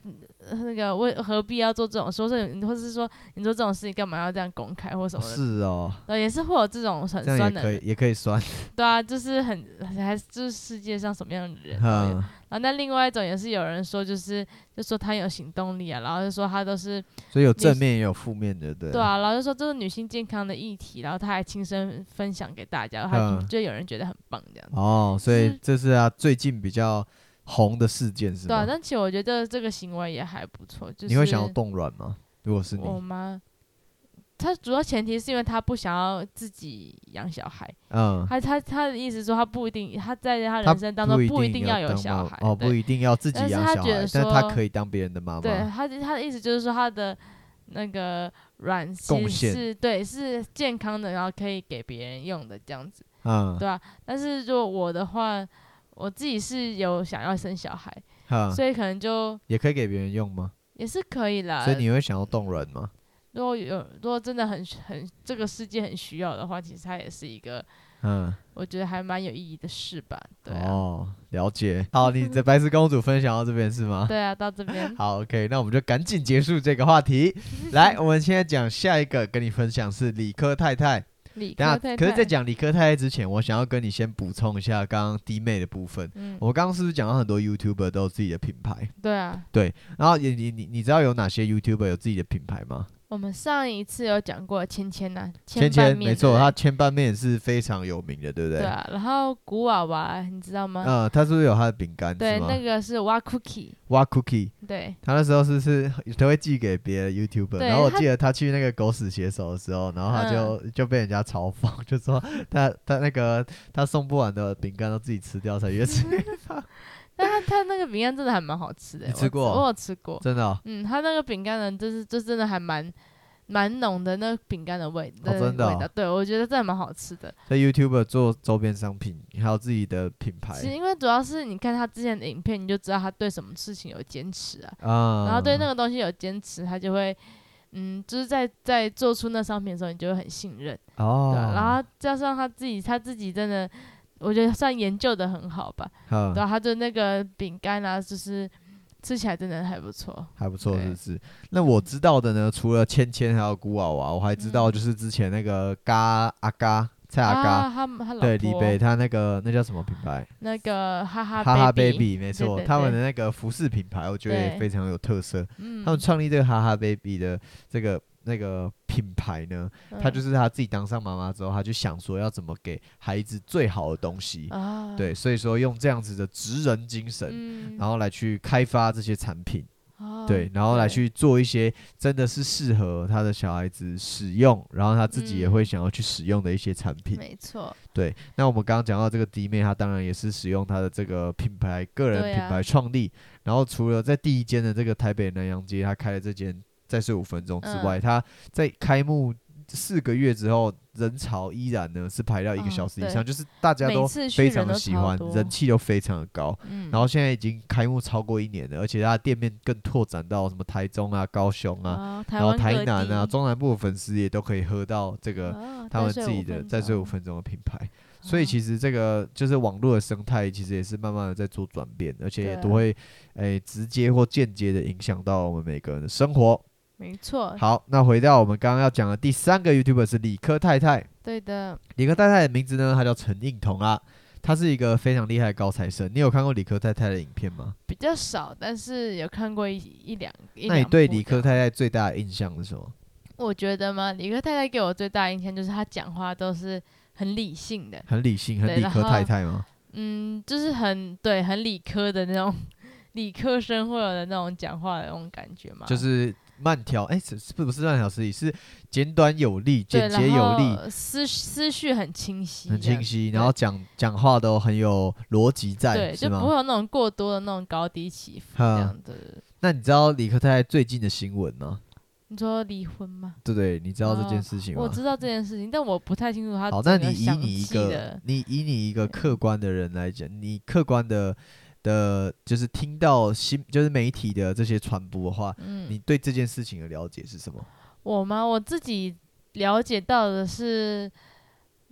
Speaker 2: 呃那个为何必要做这种，说这种，或者是说你做这种事情干嘛要这样公开或什
Speaker 1: 哦
Speaker 2: 么的，
Speaker 1: 是哦，
Speaker 2: 对，啊也是会有这种很
Speaker 1: 这样
Speaker 2: 酸
Speaker 1: 也
Speaker 2: 的
Speaker 1: 可以，
Speaker 2: 人，
Speaker 1: 也可以酸，
Speaker 2: 对啊，就是很还是就是世界上什么样的人都有，
Speaker 1: 嗯，
Speaker 2: 然后啊那另外一种也是有人说就是就说他有行动力啊，然后就说他都是
Speaker 1: 所以有正面也有负面的，对
Speaker 2: 对，啊，然后就说这是女性健康的议题，然后他还亲身分享给大家，他
Speaker 1: 嗯
Speaker 2: 就有人觉得很棒这样子。
Speaker 1: 哦，所以
Speaker 2: 是
Speaker 1: 这是他最近比较红的事件是
Speaker 2: 对啊，
Speaker 1: 吗？
Speaker 2: 但其实我觉得这个行为也还不错，就是
Speaker 1: 你会想要冻卵吗？如果是你，
Speaker 2: 我妈，她主要前提是因为她不想要自己养小孩，
Speaker 1: 嗯，
Speaker 2: 她她她的意思说她不一定，她在她
Speaker 1: 他
Speaker 2: 人生当中
Speaker 1: 不
Speaker 2: 一定要有
Speaker 1: 当
Speaker 2: 小
Speaker 1: 妈
Speaker 2: 孩，
Speaker 1: 哦，不
Speaker 2: 对
Speaker 1: 一定要自己
Speaker 2: 但是
Speaker 1: 养
Speaker 2: 他
Speaker 1: 小
Speaker 2: 觉得
Speaker 1: 孩，但他
Speaker 2: 说
Speaker 1: 可以当别人的妈
Speaker 2: 对，
Speaker 1: 妈。
Speaker 2: 她的她的意思就是说她的那个卵
Speaker 1: 贡
Speaker 2: 其实
Speaker 1: 献
Speaker 2: 是对是健康的，然后可以给别人用的这样子。
Speaker 1: 嗯，
Speaker 2: 对啊，但是如果我的话，我自己是有想要生小孩，
Speaker 1: 哈，
Speaker 2: 所以可呃能就
Speaker 1: 嗯也可以给别人用吗？
Speaker 2: 也是可以啦。
Speaker 1: 所以你会想要冻卵吗？
Speaker 2: 如果有如果真的很很这个世界很需要的话，其实它也是一个
Speaker 1: 嗯，
Speaker 2: 我觉得还蛮有意义的事吧。对啊，
Speaker 1: 哦，了解。好，你的白石公主分享到这边是吗？
Speaker 2: 对啊，到这边
Speaker 1: 好，OK，那我们就赶紧结束这个 话题。来，我们现在讲下一个，跟你分享是理科太太。
Speaker 2: 理
Speaker 1: 等
Speaker 2: 科
Speaker 1: 下，
Speaker 2: 太
Speaker 1: 可是，在
Speaker 2: 太，
Speaker 1: 讲理科太太之前，我想要跟你先补充一下刚刚弟妹的部分。
Speaker 2: 嗯，
Speaker 1: 我刚刚是不是讲到很多 YouTuber 都有自己的品牌？
Speaker 2: 对啊，
Speaker 1: 然后你你你你知道有哪些 YouTuber 有自己的品牌吗？
Speaker 2: 我们上一次有讲过芊芊呐，
Speaker 1: 千
Speaker 2: 拌
Speaker 1: 千
Speaker 2: 面
Speaker 1: 没
Speaker 2: 对
Speaker 1: 错，
Speaker 2: 不
Speaker 1: 他
Speaker 2: 对
Speaker 1: 千拌面是非常有名的，对不对？
Speaker 2: 对啊，然后古娃娃你知道吗？
Speaker 1: 嗯，他是不是有他的饼干
Speaker 2: 对，
Speaker 1: 是吗
Speaker 2: 那？个是挖 cookie，
Speaker 1: 哇 cookie，
Speaker 2: 对，
Speaker 1: 他那时候是是都会寄给别的 YouTuber，
Speaker 2: 对
Speaker 1: 然后我
Speaker 2: 他
Speaker 1: 记得他去那个狗屎写手的时候，然后他就、
Speaker 2: 嗯
Speaker 1: 就被人家嘲讽，就说他他那个他送不完的饼干都自己吃掉才越吃，
Speaker 2: 但它它那个饼干真的还蛮好吃的，
Speaker 1: 你
Speaker 2: 我
Speaker 1: 吃过
Speaker 2: 我有吃过，
Speaker 1: 真的哦、
Speaker 2: 嗯，它那个饼干呢，就是就真的还蛮蛮浓的，那个饼干的味
Speaker 1: 哦
Speaker 2: 的
Speaker 1: 真的
Speaker 2: 味
Speaker 1: 哦
Speaker 2: 道，对我觉得真的蛮好吃的。
Speaker 1: 所以 YouTuber 做周边商品，还有自己的品牌
Speaker 2: 其实因为主要是你看他之前的影片，你就知道他对什么事情有坚持啊，
Speaker 1: 啊，
Speaker 2: 然后对那个东西有坚持，他就会。嗯，就是在在做出那商品的时候，你就会很信任，对
Speaker 1: 哦，
Speaker 2: 啊、然后加上他自己，他自己真的，我觉得算研究的很好吧。
Speaker 1: 嗯
Speaker 2: 对、啊，他对那个饼干啊，就是吃起来真的还不错。
Speaker 1: 还不错，
Speaker 2: 对
Speaker 1: 是不是？那我知道的呢，除了芊芊还有古娃娃，我还知道就是之前那个嘎阿嘎蔡阿嘎，
Speaker 2: 嗯啊，他们他老
Speaker 1: 对李
Speaker 2: 婆
Speaker 1: 北他那个那叫什么品牌？
Speaker 2: 那个哈哈
Speaker 1: 哈哈
Speaker 2: baby，
Speaker 1: baby，没错，
Speaker 2: 对对
Speaker 1: 他们的那个服饰品牌，我觉得也
Speaker 2: 对
Speaker 1: 非常有特色。
Speaker 2: 嗯，
Speaker 1: 他们创立这个哈哈 baby 的这个那个品牌呢，他
Speaker 2: 嗯
Speaker 1: 就是他自己当上妈妈之后，他就想说要怎么给孩子最好的东西。
Speaker 2: 啊，
Speaker 1: 对，所以说用这样子的职人精神，
Speaker 2: 嗯，
Speaker 1: 然后来去开发这些产品。
Speaker 2: 哦
Speaker 1: 对，然后来
Speaker 2: 对
Speaker 1: 去做一些真的是适合他的小孩子使用，然后他自己也
Speaker 2: 嗯
Speaker 1: 会想要去使用的一些产品。
Speaker 2: 没错，
Speaker 1: 对，那我们刚刚讲到这个弟妹，她当然也是使用她的这个品牌个人
Speaker 2: 对
Speaker 1: 品
Speaker 2: 啊
Speaker 1: 牌创立，然后除了在第一间的这个台北南洋街，她开了这间再睡五分钟之
Speaker 2: 嗯
Speaker 1: 外，她在开幕。四个月之后，人潮依然呢是排到一个
Speaker 2: 嗯
Speaker 1: 小时以
Speaker 2: 对
Speaker 1: 上，就是大家
Speaker 2: 每
Speaker 1: 都
Speaker 2: 次去
Speaker 1: 非
Speaker 2: 人
Speaker 1: 常的
Speaker 2: 都
Speaker 1: 喜
Speaker 2: 超
Speaker 1: 欢，
Speaker 2: 多
Speaker 1: 人气都非常的高。
Speaker 2: 嗯，
Speaker 1: 然后现在已经开幕超过一年了，而且它的店面更拓展到什么台中啊、高雄啊，
Speaker 2: 啊，
Speaker 1: 然后
Speaker 2: 湾
Speaker 1: 台
Speaker 2: 各
Speaker 1: 南啊、
Speaker 2: 地
Speaker 1: 中南部的粉丝也都可以喝到这个
Speaker 2: 哦
Speaker 1: 他
Speaker 2: 再
Speaker 1: 们
Speaker 2: 睡
Speaker 1: 自己
Speaker 2: 五
Speaker 1: 的
Speaker 2: 分
Speaker 1: 再睡
Speaker 2: 钟
Speaker 1: 五分钟的品牌。所以
Speaker 2: 哦
Speaker 1: 其实这个就是网络的生态，其实也是慢慢的在做转变，而且也
Speaker 2: 对
Speaker 1: 都会诶、直接或间接的影响到我们每个人的生活。
Speaker 2: 没错，
Speaker 1: 好，那回到我们刚刚要讲的第三个 YouTuber 是理科太太，
Speaker 2: 对的，
Speaker 1: 理科太太的名字呢，她叫陈映彤啦，她是一个非常厉害的高材生。你有看过理科太太的影片吗？
Speaker 2: 比较少，但是有看过一一两一
Speaker 1: 那你
Speaker 2: 两
Speaker 1: 对
Speaker 2: 部
Speaker 1: 理
Speaker 2: 的
Speaker 1: 科太太最大的印象是什么？
Speaker 2: 我觉得嘛，理科太太给我最大印象就是她讲话都是很理性的，
Speaker 1: 很理性，很
Speaker 2: 对
Speaker 1: 理
Speaker 2: 然
Speaker 1: 科
Speaker 2: 后
Speaker 1: 太太吗？
Speaker 2: 嗯，就是很对，很理科的那种理科生会有的那种讲话的那种感觉嘛，
Speaker 1: 就是慢条，哎、是是不是慢条斯理？是简短有力、
Speaker 2: 对
Speaker 1: 简洁有，
Speaker 2: 然
Speaker 1: 力、
Speaker 2: 后思思绪很清晰，
Speaker 1: 很清，晰，
Speaker 2: 对
Speaker 1: 然后讲讲话都很有逻辑在，
Speaker 2: 对，就
Speaker 1: 是
Speaker 2: 不会
Speaker 1: 吗？
Speaker 2: 有那种过多的那种高低起伏这
Speaker 1: 哈
Speaker 2: 样子。
Speaker 1: 那你知道理科太太最近的新闻吗？
Speaker 2: 你说离婚吗？
Speaker 1: 对不对？你知道这件事情吗？
Speaker 2: 我知道这件事情，但我不太清楚她
Speaker 1: 啊好，
Speaker 2: 整
Speaker 1: 那
Speaker 2: 个
Speaker 1: 你以
Speaker 2: 详
Speaker 1: 你一
Speaker 2: 细
Speaker 1: 个
Speaker 2: 的，
Speaker 1: 你以你一个客观的人来讲，你客观的的，就是听到新就是媒体的这些传播的话，
Speaker 2: 嗯，
Speaker 1: 你对这件事情的了解是什么？
Speaker 2: 我吗？我自己了解到的是，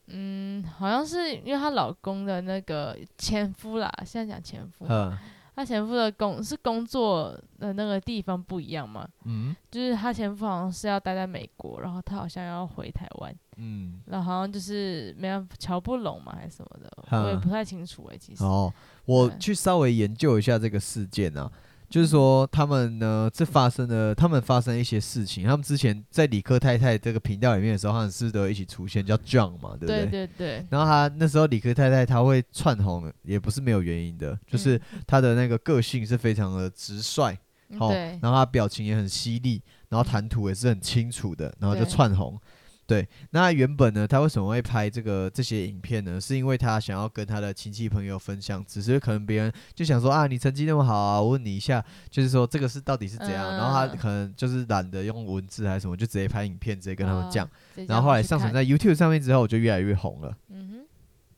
Speaker 2: 嗯，好像是因为她老公的那个前夫啦，现在讲前夫，
Speaker 1: 嗯
Speaker 2: 她前夫的工是工作的那个地方不一样嘛，
Speaker 1: 嗯
Speaker 2: 就是她前夫好像是要待在美国，然后她好像要回台湾，
Speaker 1: 嗯，
Speaker 2: 然后好像就是没办法瞧不拢嘛还是什么的，我也
Speaker 1: 嗯
Speaker 2: 不太清楚诶、其实，
Speaker 1: 哦，我
Speaker 2: 对
Speaker 1: 去稍微研究一下这个事件啊，就是说他们呢，这发生了，他们发生一些事情，他们之前在理科太太这个频道里面的时候，他们是都有一起出现，叫 John 嘛，对不
Speaker 2: 对对对，
Speaker 1: 然后他那时候理科太太她会窜红，也不是没有原因的，就是她的那个个性是非常的直率，
Speaker 2: 嗯
Speaker 1: 哦，
Speaker 2: 对
Speaker 1: 然，后她表情也很犀利，然后谈吐也是很清楚的，然后就
Speaker 2: 对
Speaker 1: 窜红。对，那原本呢，她为什么会拍这个这些影片呢？是因为她想要跟她的亲戚朋友分享，只是可能别人就想说啊，你成绩那么好啊，我问你一下，就是说这个是到底是怎样？然后她
Speaker 2: 嗯
Speaker 1: 可能就是懒得用文字还是什么，就直接拍影片，直接跟他们
Speaker 2: 哦
Speaker 1: 讲。，
Speaker 2: 直接
Speaker 1: 然
Speaker 2: 叫
Speaker 1: 后后
Speaker 2: 她
Speaker 1: 来
Speaker 2: 去
Speaker 1: 上传
Speaker 2: 看，
Speaker 1: 在 YouTube 上面之后，就越来越红了。
Speaker 2: 嗯哼，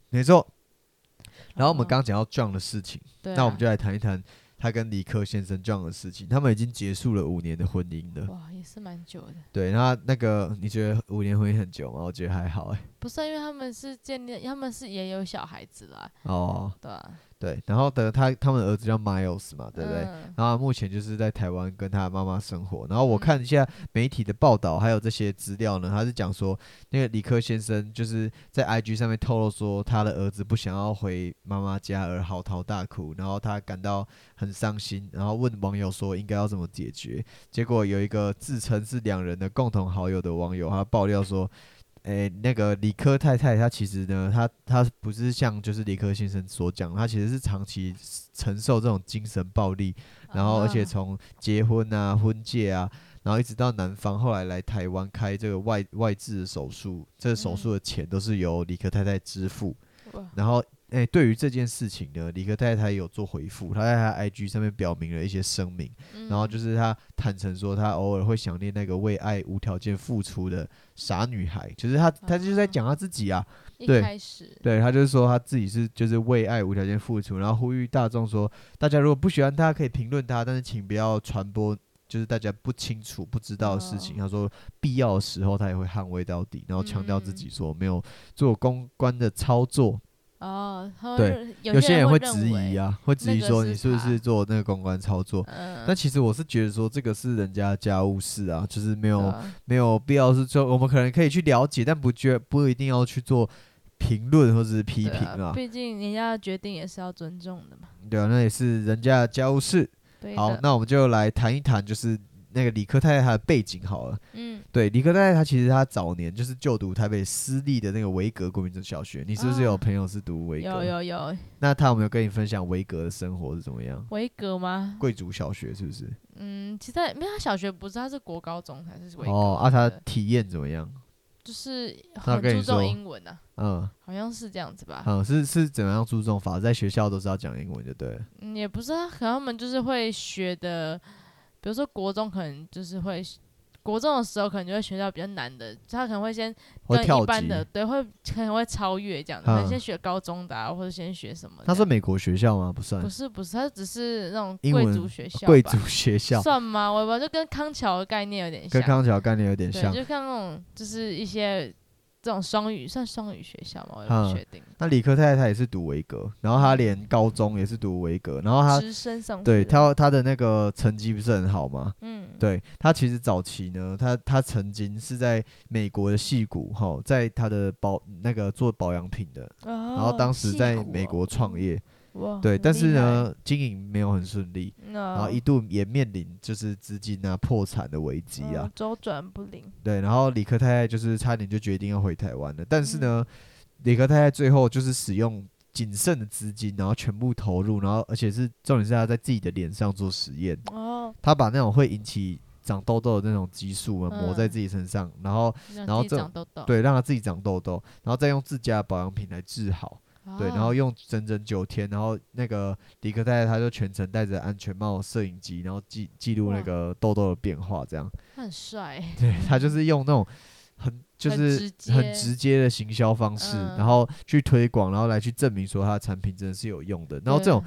Speaker 1: 没错。然后我们
Speaker 2: 哦
Speaker 1: 刚刚讲到 John 的事情，
Speaker 2: 对
Speaker 1: 那我
Speaker 2: 啊
Speaker 1: 们就来谈一谈他跟李克先生 John 的事情。他们已经结束了五年的婚姻了。
Speaker 2: 哇，也是蛮久的。
Speaker 1: 对，那那个你觉得五年婚姻很久吗？我觉得还好哎、
Speaker 2: 不是啊、因为他们是建立，他们是也有小孩子啦，
Speaker 1: 哦，
Speaker 2: 对啊
Speaker 1: 对，然后的他他们的儿子叫 Miles 嘛，对不对？
Speaker 2: 嗯
Speaker 1: 然后目前就是在台湾跟他的妈妈生活。然后
Speaker 2: 嗯
Speaker 1: 我看一下媒体的报道，还有这些资料呢，他是讲说，那个理科先生就是在 IG 上面透露说，他的儿子不想要回妈妈家而嚎啕大哭，然后他感到很伤心，然后问网友说应该要怎么解决。结果有一个自称是两人的共同好友的网友，他爆料说。诶、那个理科太太，她其实呢，她她不是像就是理科先生所讲，她其实是长期承受这种精神暴力，然后而且
Speaker 2: 啊
Speaker 1: 从结婚啊、婚戒啊，然后一直到男方后来来台湾开这个外外治的手术，这个手
Speaker 2: 嗯
Speaker 1: 术的钱都是由李克太太支付。
Speaker 2: 哇
Speaker 1: 然后，诶、对于这件事情呢，李克太太有做回复，她在她 IG 上面表明了一些声明，然后
Speaker 2: 嗯
Speaker 1: 就是她坦诚说，她偶尔会想念那个为爱无条件付出的傻女孩，就是她，她就是在
Speaker 2: 啊
Speaker 1: 讲她自己啊，
Speaker 2: 一
Speaker 1: 对
Speaker 2: 开始
Speaker 1: 对他就是说他自己是就是为爱无条件付出，然后呼吁大众说，大家如果不喜欢他可以评论他，但是请不要传播就是大家不清楚不知道的事情。
Speaker 2: 哦
Speaker 1: 他说必要的时候他也会捍卫到底，然后强调自
Speaker 2: 嗯
Speaker 1: 己说没有做公关的操作，
Speaker 2: 哦，他
Speaker 1: 对
Speaker 2: 们有
Speaker 1: 有些人
Speaker 2: 会
Speaker 1: 会
Speaker 2: 认
Speaker 1: 质疑
Speaker 2: 为，
Speaker 1: 啊，会质
Speaker 2: 那
Speaker 1: 疑
Speaker 2: 个
Speaker 1: 说
Speaker 2: 是
Speaker 1: 你是不
Speaker 2: 他
Speaker 1: 是做那个公关操作？
Speaker 2: 嗯，
Speaker 1: 但其实我是觉得说这个是人家的家务事啊，就是没有、
Speaker 2: 对啊
Speaker 1: 没有必要是说我们可能可以去了解，但不觉不一定要去做评论或者是批
Speaker 2: 对
Speaker 1: 评
Speaker 2: 啊
Speaker 1: 啊，
Speaker 2: 毕竟人家的决定也是要尊重的嘛。
Speaker 1: 对啊，那也是人家的家务事。
Speaker 2: 对
Speaker 1: 好
Speaker 2: 的，，
Speaker 1: 那我们就来谈一谈，就是那个理科太太她的背景好了。
Speaker 2: 嗯，
Speaker 1: 对，理科太太她其实她早年就是就读台北私立的那个维格国民中小学，你是不是有
Speaker 2: 啊
Speaker 1: 朋友是读维格？
Speaker 2: 有有有
Speaker 1: 那她有没有跟你分享维格的生活是怎么样？
Speaker 2: 维格吗？
Speaker 1: 贵族小学是不是？
Speaker 2: 嗯，其实他没有，他小学不是，他是国高中才是维格
Speaker 1: 哦，啊，她
Speaker 2: 的
Speaker 1: 体验怎么样？
Speaker 2: 就是
Speaker 1: 那我
Speaker 2: 很
Speaker 1: 跟
Speaker 2: 注
Speaker 1: 你
Speaker 2: 重
Speaker 1: 说
Speaker 2: 英文啊，
Speaker 1: 嗯，
Speaker 2: 好像是这样子吧。
Speaker 1: 嗯，是是怎么样注重法？在学校都是要讲英文就对了。
Speaker 2: 嗯，也不是啊，可能他们就是会学的，比如说国中可能就是会，国中的时候可能就会学到比较难的，他可能会先
Speaker 1: 会
Speaker 2: 跟
Speaker 1: 跳
Speaker 2: 一般
Speaker 1: 级。
Speaker 2: 的对会可能会超越这样子，可能
Speaker 1: 嗯
Speaker 2: 先学高中的、啊、或者先学什么这样。
Speaker 1: 他是美国学校吗？不算
Speaker 2: 不，是不是，他只是那种
Speaker 1: 英
Speaker 2: 贵
Speaker 1: 文
Speaker 2: 族学校吧，
Speaker 1: 贵族学校
Speaker 2: 算吗？我也不知道，就跟康桥的概念有点像，
Speaker 1: 跟康桥概念有点
Speaker 2: 对，
Speaker 1: 像。
Speaker 2: 就像那种就是一些这种双语算双语学校嘛，我也
Speaker 1: 嗯
Speaker 2: 不确定。
Speaker 1: 那理科太太她也是读维格，然后她
Speaker 2: 嗯
Speaker 1: 连高中也是读维格，然后她
Speaker 2: 直升上去的
Speaker 1: 对她她的那个成绩不是很好吗？
Speaker 2: 嗯
Speaker 1: 对她其实早期呢，她她曾经是在美国的戏谷哈，齁在她的保那个做保养品的，
Speaker 2: 然
Speaker 1: 然后当时在美国创业，
Speaker 2: 哇，
Speaker 1: 对，
Speaker 2: 哦很
Speaker 1: 但是
Speaker 2: 厉害，哦
Speaker 1: 呢经营没有很顺利，
Speaker 2: 然
Speaker 1: 然后一度也面临就是资金啊破产的危机啊，
Speaker 2: 嗯周转不灵，
Speaker 1: 对，然后理科太太就是差点就决定要回台湾了，但是呢，
Speaker 2: 嗯
Speaker 1: 理科太太最后就是使用谨慎的资金，然后全部投入，然后而且是重点是她在自己的脸上做实验，
Speaker 2: 哦，
Speaker 1: 她把那种会引起长痘痘的那种激素啊抹在
Speaker 2: 嗯
Speaker 1: 自己身上，然后
Speaker 2: 然
Speaker 1: 然后这
Speaker 2: 长痘痘，
Speaker 1: 对让她自己长痘痘，然后再用自家的保养品来治好，
Speaker 2: 哦，
Speaker 1: 对，然后用整整九天，然后那个理科太太她就全程戴着安全帽、摄影机，然后记记录那
Speaker 2: 哇
Speaker 1: 个痘痘的变化，这样。
Speaker 2: 他很帅，
Speaker 1: 对他就是用那种很就
Speaker 2: 很
Speaker 1: 是
Speaker 2: 直
Speaker 1: 很
Speaker 2: 接
Speaker 1: 直接的行销方式，
Speaker 2: 嗯
Speaker 1: 然后去推广，然后来去证明说他的产品真的是有用的。 然后这种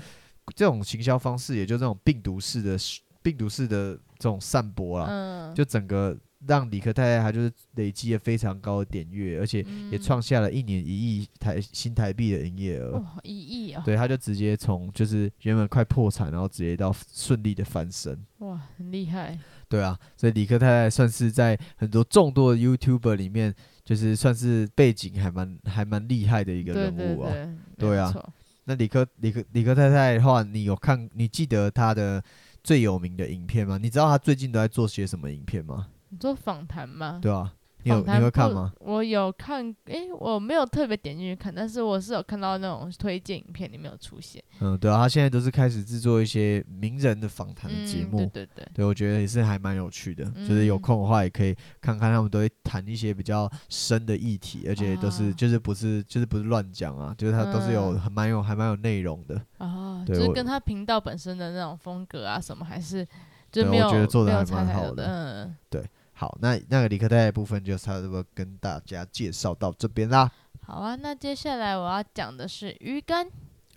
Speaker 1: 这种行销方式，也就这种病毒式的病毒式的这种散播
Speaker 2: 对
Speaker 1: 啦，
Speaker 2: 嗯，
Speaker 1: 啊就整个让理科太太她就是累积了非常高的点阅，而且也
Speaker 2: 嗯
Speaker 1: 创下了一年一亿台新台币的营业额。
Speaker 2: 哇一亿哦，
Speaker 1: 对，他就直接从就是原本快破产，然后直接到顺利的翻身。
Speaker 2: 哇，很厉害，
Speaker 1: 对啊，所以理科太太算是在很多众多的 YouTuber 里面，就是算是背景还蛮还蛮厉害的一个
Speaker 2: 对
Speaker 1: 人
Speaker 2: 对
Speaker 1: 物啊。
Speaker 2: 对，没
Speaker 1: 对啊
Speaker 2: 错
Speaker 1: 那理科理科理科太太的话，你有看你记得她的最有名的影片吗？你知道她最近都在做些什么影片吗？
Speaker 2: 你做访谈吗？
Speaker 1: 对啊，你有
Speaker 2: 访
Speaker 1: 你
Speaker 2: 谈
Speaker 1: 会看
Speaker 2: 不
Speaker 1: 吗？？
Speaker 2: 我有看，诶，我没有特别点进去看，但是我是有看到那种推荐影片里面有出现
Speaker 1: 嗯，对啊，她现在都是开始制作一些名人的访谈的
Speaker 2: 嗯
Speaker 1: 节目。
Speaker 2: 对对对，
Speaker 1: 对，我觉得也是还蛮有趣的，就是有
Speaker 2: 嗯
Speaker 1: 空的话也可以看看他们都会谈一些比较深的议题，而且都是、
Speaker 2: 啊
Speaker 1: 就是不是就是不是乱讲啊，就是他都是有
Speaker 2: 嗯
Speaker 1: 很蛮有还蛮有内容的。
Speaker 2: 哦，就
Speaker 1: 对
Speaker 2: 是
Speaker 1: 我
Speaker 2: 跟他频道本身的那种风格啊什么，还是
Speaker 1: 对
Speaker 2: 就没
Speaker 1: 我
Speaker 2: 有
Speaker 1: 觉得做得
Speaker 2: 没有
Speaker 1: 还
Speaker 2: 拆
Speaker 1: 蛮
Speaker 2: 开
Speaker 1: 好
Speaker 2: 的，
Speaker 1: 的
Speaker 2: 嗯，
Speaker 1: 好，那那个理科太太的部分就差不多跟大家介绍到这边啦。
Speaker 2: 好啊。那接下来我要讲的是鱼竿，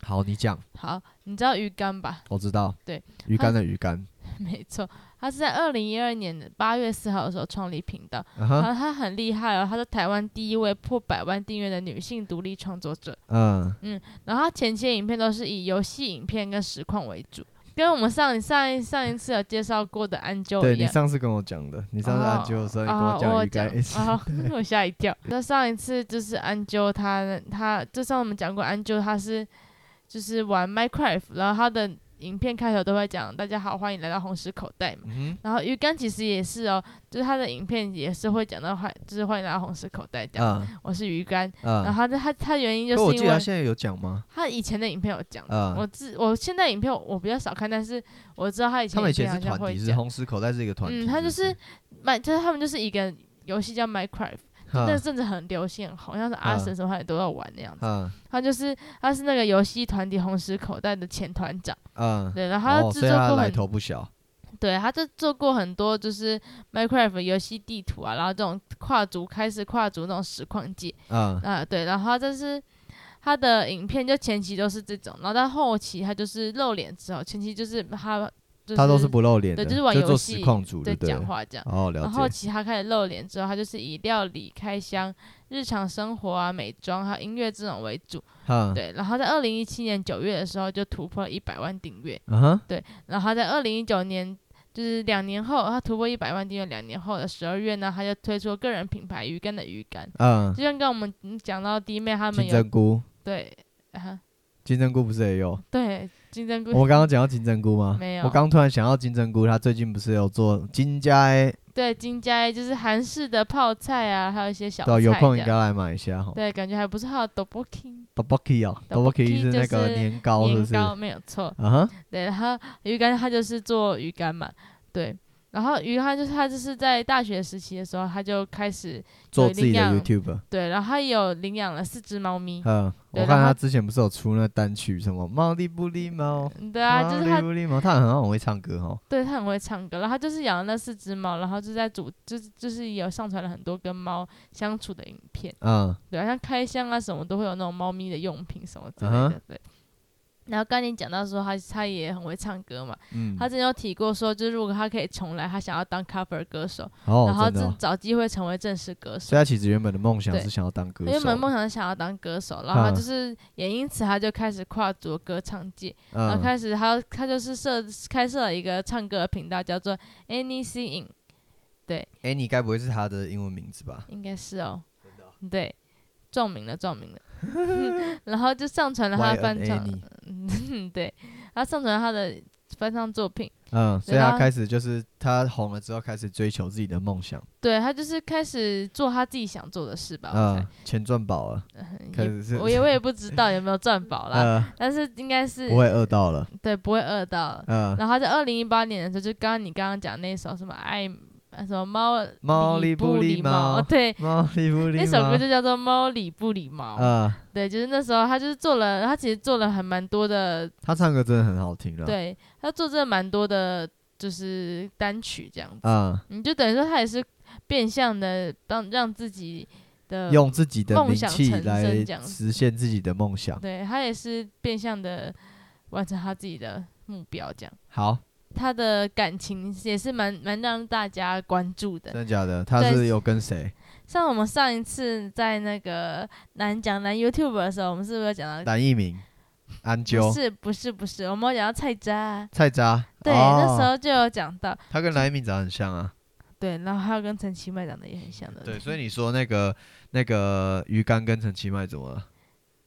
Speaker 1: 好，你讲，
Speaker 2: 好，你知道鱼竿吧？
Speaker 1: 我知道。
Speaker 2: 对，
Speaker 1: 鱼
Speaker 2: 它
Speaker 1: 竿的鱼竿，
Speaker 2: 没错，他是在二零一二年的八月四号的时候创立频道，
Speaker 1: 啊
Speaker 2: 然后
Speaker 1: 哈，
Speaker 2: 他很厉害哦，他是台湾第一位破百万订阅的女性独立创作者。
Speaker 1: 嗯，
Speaker 2: 然后他前期的影片都是以游戏影片跟实况为主，跟我们上上一上一次有介绍过的安啾
Speaker 1: 对
Speaker 2: 一
Speaker 1: 你
Speaker 2: 样。
Speaker 1: 上次跟我讲的，你上次按揪的时候，你跟我
Speaker 2: 啊
Speaker 1: 讲
Speaker 2: 哦我
Speaker 1: 鱼竿一起，
Speaker 2: 啊， 我吓一跳。那上一次就是安啾他他，就上我们讲过安啾他是就是玩 Minecraft，然后他的影片开头都会讲大家好，欢迎来到红石口袋嘛。
Speaker 1: 嗯
Speaker 2: 然后鱼竿其实也是哦，就是他的影片也是会讲到欢，就是欢迎来到红石口袋这
Speaker 1: 哼，
Speaker 2: 样。
Speaker 1: 嗯
Speaker 2: 我是鱼竿，然
Speaker 1: 嗯。
Speaker 2: 后他他他的原因就
Speaker 1: 可我
Speaker 2: 是因
Speaker 1: 记
Speaker 2: 为
Speaker 1: 得他现在有讲吗？
Speaker 2: 他以前的影片有讲的，
Speaker 1: 嗯
Speaker 2: 我自我现在影片我比较少看，但是我知道他以前
Speaker 1: 他们以
Speaker 2: 影片
Speaker 1: 前是
Speaker 2: 好像
Speaker 1: 团
Speaker 2: 会
Speaker 1: 体，是
Speaker 2: 讲。
Speaker 1: 红石口袋是一个团体。
Speaker 2: 嗯，他就是是买，就是他们就是一个游戏叫 Minecraft，
Speaker 1: 不
Speaker 2: 那
Speaker 1: 是，
Speaker 2: 阵子很流行，好像是阿
Speaker 1: 嗯
Speaker 2: 神什么也都要玩那样子。
Speaker 1: 嗯
Speaker 2: 他就是他是那个游戏团体红石口袋的前团长，
Speaker 1: 嗯，
Speaker 2: 对，然后他
Speaker 1: 哦，
Speaker 2: 制
Speaker 1: 所以
Speaker 2: 作
Speaker 1: 他
Speaker 2: 过
Speaker 1: 来
Speaker 2: 很，
Speaker 1: 头不小。
Speaker 2: 对，他就做过很多就是 Minecraft 游戏地图啊，然后这种跨足开始跨足那种实况界，
Speaker 1: 嗯
Speaker 2: 啊，对，然后这是他的影片，就前期都是这种，然后到后期他就是露脸之后，前期就是他就是
Speaker 1: 他都是不露脸的，
Speaker 2: 对就是玩游
Speaker 1: 做
Speaker 2: 戏
Speaker 1: 实况组，
Speaker 2: 对
Speaker 1: 对不对
Speaker 2: 讲？话这样。
Speaker 1: 哦，了
Speaker 2: 然后
Speaker 1: 解。
Speaker 2: 其他开始露脸之后，他就是以料理、开箱、日常生活啊、美妆还有音乐这种为主。
Speaker 1: 哈，
Speaker 2: 对，然后在二零一七年九月的时候就突破了一百万订阅，
Speaker 1: 嗯哼，
Speaker 2: 然后在二零一九年，就是两年后，他突破一百万订阅，两年后的十二月呢，他就推出个人品牌鱼竿的鱼竿，
Speaker 1: 嗯，
Speaker 2: 就像跟我们嗯讲到弟妹他们
Speaker 1: 金
Speaker 2: 有
Speaker 1: 针菇，
Speaker 2: 对啊
Speaker 1: 金针菇不是也有？
Speaker 2: 对金针菇
Speaker 1: 我刚刚讲到金针菇吗？
Speaker 2: 没有
Speaker 1: 我刚突然想到金针菇，他最近不是有做金家欸？
Speaker 2: 对金家就是韩式的泡菜啊，还有一些小菜
Speaker 1: 对，有空应
Speaker 2: 这
Speaker 1: 该
Speaker 2: 样
Speaker 1: 来买一下哈。
Speaker 2: 对，感觉还不错。还有 d o b o k i n
Speaker 1: d o b o k i 哦 d o b o k
Speaker 2: tteokbokki
Speaker 1: i 是那
Speaker 2: 就
Speaker 1: 个
Speaker 2: 是
Speaker 1: 年糕，是不
Speaker 2: 年
Speaker 1: 是？
Speaker 2: 糕
Speaker 1: 啊
Speaker 2: 没有错，
Speaker 1: 哈，
Speaker 2: 对，然后鱼竿他就是做鱼竿嘛，对，然后鱼竿就是他就是在大学时期的时候，他就开始
Speaker 1: 做自己的
Speaker 2: 领养
Speaker 1: YouTube。
Speaker 2: 对，然后他也有领养了四只猫 咪，
Speaker 1: 嗯，我
Speaker 2: 对
Speaker 1: 看
Speaker 2: 然后
Speaker 1: 他之前不是有出那单曲什么《猫力不力猫》？
Speaker 2: 嗯对啊，就是
Speaker 1: 猫
Speaker 2: 他
Speaker 1: 力不力猫，他很好很会唱歌哦。
Speaker 2: 对他很会唱歌，然后他就是养了那四只猫，然后就在主就是就是有上传了很多跟猫相处的影片，
Speaker 1: 嗯，
Speaker 2: 对、啊，像开箱啊什么都会有那种猫咪的用品什么之类
Speaker 1: 嗯
Speaker 2: 的，
Speaker 1: 哼
Speaker 2: 对。然后刚才你讲到说他他也很会唱歌嘛，
Speaker 1: 嗯，
Speaker 2: 他之前有提过说，就是如果他可以重来，他想要当 cover 歌手，然
Speaker 1: 哦，
Speaker 2: 后
Speaker 1: 真的
Speaker 2: 正
Speaker 1: 哦。
Speaker 2: 找机会成为正式歌手
Speaker 1: 所以。他其实原本的梦想
Speaker 2: 对
Speaker 1: 是想要当歌手。
Speaker 2: 因为本梦想是想要当歌手，然后他
Speaker 1: 嗯
Speaker 2: 就是也因此他就开始跨足歌唱界，然后
Speaker 1: 嗯，
Speaker 2: 呃开始他他就是设开设了一个唱歌的频道，叫做 Any Singing，
Speaker 1: 哎，你该不会是他的英文名字吧？
Speaker 2: 应该是哦，对，撞名了，撞名了， 然后就上传了他
Speaker 1: Why
Speaker 2: 的翻
Speaker 1: an
Speaker 2: 唱，
Speaker 1: Annie？
Speaker 2: 嗯，对，他上传了他的翻唱作品，
Speaker 1: 嗯，所以
Speaker 2: 然
Speaker 1: 他
Speaker 2: 后
Speaker 1: 开始就是他红了之后开始追求自己的梦想，
Speaker 2: 对他就是开始做他自己想做的事吧，我
Speaker 1: 嗯，钱赚饱了，
Speaker 2: 猜
Speaker 1: 开
Speaker 2: 也
Speaker 1: 始是
Speaker 2: 我也我也不知道有没有赚饱啦，
Speaker 1: 呃，
Speaker 2: 但是应该是
Speaker 1: 不会饿到了，
Speaker 2: 对不会饿到，
Speaker 1: 嗯，
Speaker 2: 然后在二零一八年的时候，就刚刚你刚刚讲那首什么爱呃什么猫
Speaker 1: 猫
Speaker 2: 理
Speaker 1: 理
Speaker 2: 不
Speaker 1: 不
Speaker 2: 理
Speaker 1: 理
Speaker 2: 猫，
Speaker 1: 猫
Speaker 2: 哦对，
Speaker 1: 猫理不理
Speaker 2: 那首歌
Speaker 1: 猫
Speaker 2: 就叫做《猫理不理猫》。
Speaker 1: 呃，
Speaker 2: 对，就是那时候他就是做了，他其实做了还蛮多的，
Speaker 1: 他唱歌真的很好听了，，嗯
Speaker 2: 对他做这蛮多的，就是单曲这样子。
Speaker 1: 嗯，
Speaker 2: 你就等于说他也是变相的让让自己的，
Speaker 1: 用自己的
Speaker 2: 梦
Speaker 1: 名
Speaker 2: 想
Speaker 1: 气
Speaker 2: 成
Speaker 1: 来
Speaker 2: 真这样子
Speaker 1: 实现自己的梦想。
Speaker 2: 对他也是变相的完成他自己的目标这样。
Speaker 1: 好，
Speaker 2: 他的感情也是蛮蛮让大家关注的
Speaker 1: 真，的假的？他
Speaker 2: 对
Speaker 1: 是有跟谁？
Speaker 2: 像我们上一次在那个南讲南 YouTube 的时候，我们是不是有讲到？
Speaker 1: 蓝奕明、安
Speaker 2: 不
Speaker 1: 啾、
Speaker 2: 是不是不是，我们有讲到菜渣，啊
Speaker 1: 菜渣。
Speaker 2: 对，
Speaker 1: 哦
Speaker 2: 那时候就有讲到，
Speaker 1: 他跟蓝奕明长得很像啊。
Speaker 2: 对，然后还有跟陈其迈长得也很像的，
Speaker 1: 对，所以你说那个那个鱼竿跟陈其迈怎 么了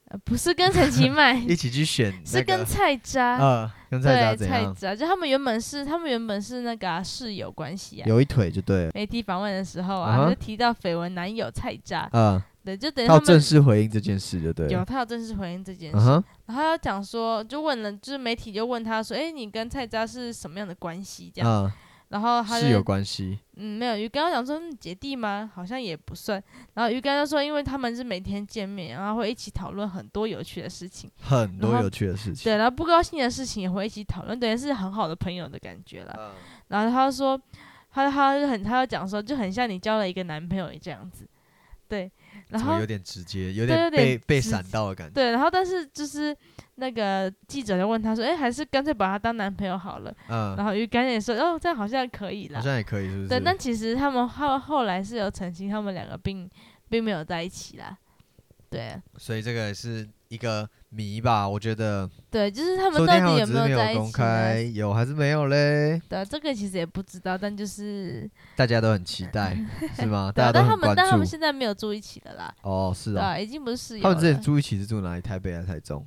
Speaker 2: 呃不是跟陈其迈
Speaker 1: ，一起去选、那个？
Speaker 2: 是跟菜渣，
Speaker 1: 呃，跟菜渣
Speaker 2: 对，
Speaker 1: 怎
Speaker 2: 菜
Speaker 1: 样？
Speaker 2: 渣，就他们原本是他们原本是那个啊、室友关系啊。
Speaker 1: 有一腿就对了。
Speaker 2: 媒体访问的时候
Speaker 1: 嗯
Speaker 2: 啊，
Speaker 1: 哼
Speaker 2: 就提到绯闻男友菜渣，
Speaker 1: 嗯，
Speaker 2: 对，就等于
Speaker 1: 他
Speaker 2: 他
Speaker 1: 要正
Speaker 2: 们
Speaker 1: 式回应这件事就对
Speaker 2: 有
Speaker 1: 了。
Speaker 2: 他有正式回应这件事
Speaker 1: 嗯，哼，
Speaker 2: 然后他讲说，就问了，就是媒体就问他说，哎、你跟菜渣是什么样的关系？这样，
Speaker 1: 嗯，
Speaker 2: 然后他
Speaker 1: 是有
Speaker 2: 就
Speaker 1: 关系。
Speaker 2: 嗯没有鱼竿讲说、嗯、姐弟吗？好像也不算。然后鱼竿就说，因为他们是每天见面，然后会一起讨论很多有趣的事情，
Speaker 1: 很多
Speaker 2: 然后
Speaker 1: 有趣的事情。
Speaker 2: 对，然后不高兴的事情也会一起讨论，等于是很好的朋友的感觉了。
Speaker 1: 嗯，
Speaker 2: 然后他就说，他他就很他就讲说，就很像你交了一个男朋友这样子，对，然
Speaker 1: 怎
Speaker 2: 后
Speaker 1: 么有点直接，有
Speaker 2: 对有点
Speaker 1: 点被被
Speaker 2: 直
Speaker 1: 闪
Speaker 2: 接
Speaker 1: 到的感觉。
Speaker 2: 对，然后但是就是那个记者就问他说，哎、还是干脆把他当男朋友好了。
Speaker 1: 嗯，
Speaker 2: 然后鱼竿也说，哦，这样好像可以啦。
Speaker 1: 好像也可以，是不是？
Speaker 2: 对，但其实他们后后来是有澄清，他们两个并并没有在一起啦。对
Speaker 1: 所以这个也是一个谜吧，我觉得。
Speaker 2: 对，就是他
Speaker 1: 说
Speaker 2: 们
Speaker 1: 不定他
Speaker 2: 到底
Speaker 1: 们
Speaker 2: 有
Speaker 1: 只是
Speaker 2: 没
Speaker 1: 没
Speaker 2: 在
Speaker 1: 有
Speaker 2: 一
Speaker 1: 公
Speaker 2: 起
Speaker 1: 开
Speaker 2: 呢？，
Speaker 1: 有还是没有嘞？
Speaker 2: 对，这个其实也不知道，但就是
Speaker 1: 大家都很期 待，是吗？
Speaker 2: 对啊，
Speaker 1: 家都
Speaker 2: 但他
Speaker 1: 很
Speaker 2: 们
Speaker 1: 关
Speaker 2: 但他们
Speaker 1: 注。
Speaker 2: 现在没有住一起了啦，
Speaker 1: 哦，是
Speaker 2: 对
Speaker 1: 啊。
Speaker 2: 啊，已经不是室友
Speaker 1: 他们之
Speaker 2: 了
Speaker 1: 前，住一起是住哪里？台北啊还是台中？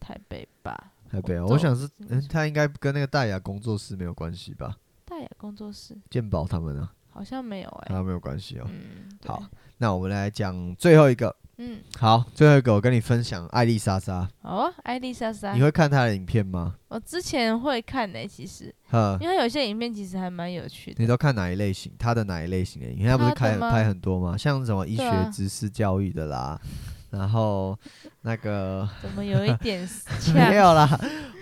Speaker 2: 台北吧，
Speaker 1: 台北啊，
Speaker 2: 中
Speaker 1: 我想是，嗯，他应该跟那个大雅工作室没有关系吧？
Speaker 2: 大雅工作室
Speaker 1: 健宝他们啊，
Speaker 2: 好像没有哎、
Speaker 1: 他没有关系哦。
Speaker 2: 嗯，对
Speaker 1: 好，那我们来讲最后一个。
Speaker 2: 嗯，
Speaker 1: 好，最后一个我跟你分享艾丽莎莎，
Speaker 2: 好啊，艾丽莎莎
Speaker 1: 你，会看她的影片吗？
Speaker 2: 我之前会看呢、其实，
Speaker 1: 呵，
Speaker 2: 因为有些影片其实还蛮有趣 的
Speaker 1: 你，都看哪一类型？他的哪一类型的影片？他不是
Speaker 2: 她的
Speaker 1: 开
Speaker 2: 吗
Speaker 1: 拍很多吗？像什么医
Speaker 2: 对啊
Speaker 1: 学知识教育的啦，然后那个
Speaker 2: 怎么有一点
Speaker 1: 没
Speaker 2: 像？
Speaker 1: 有啦，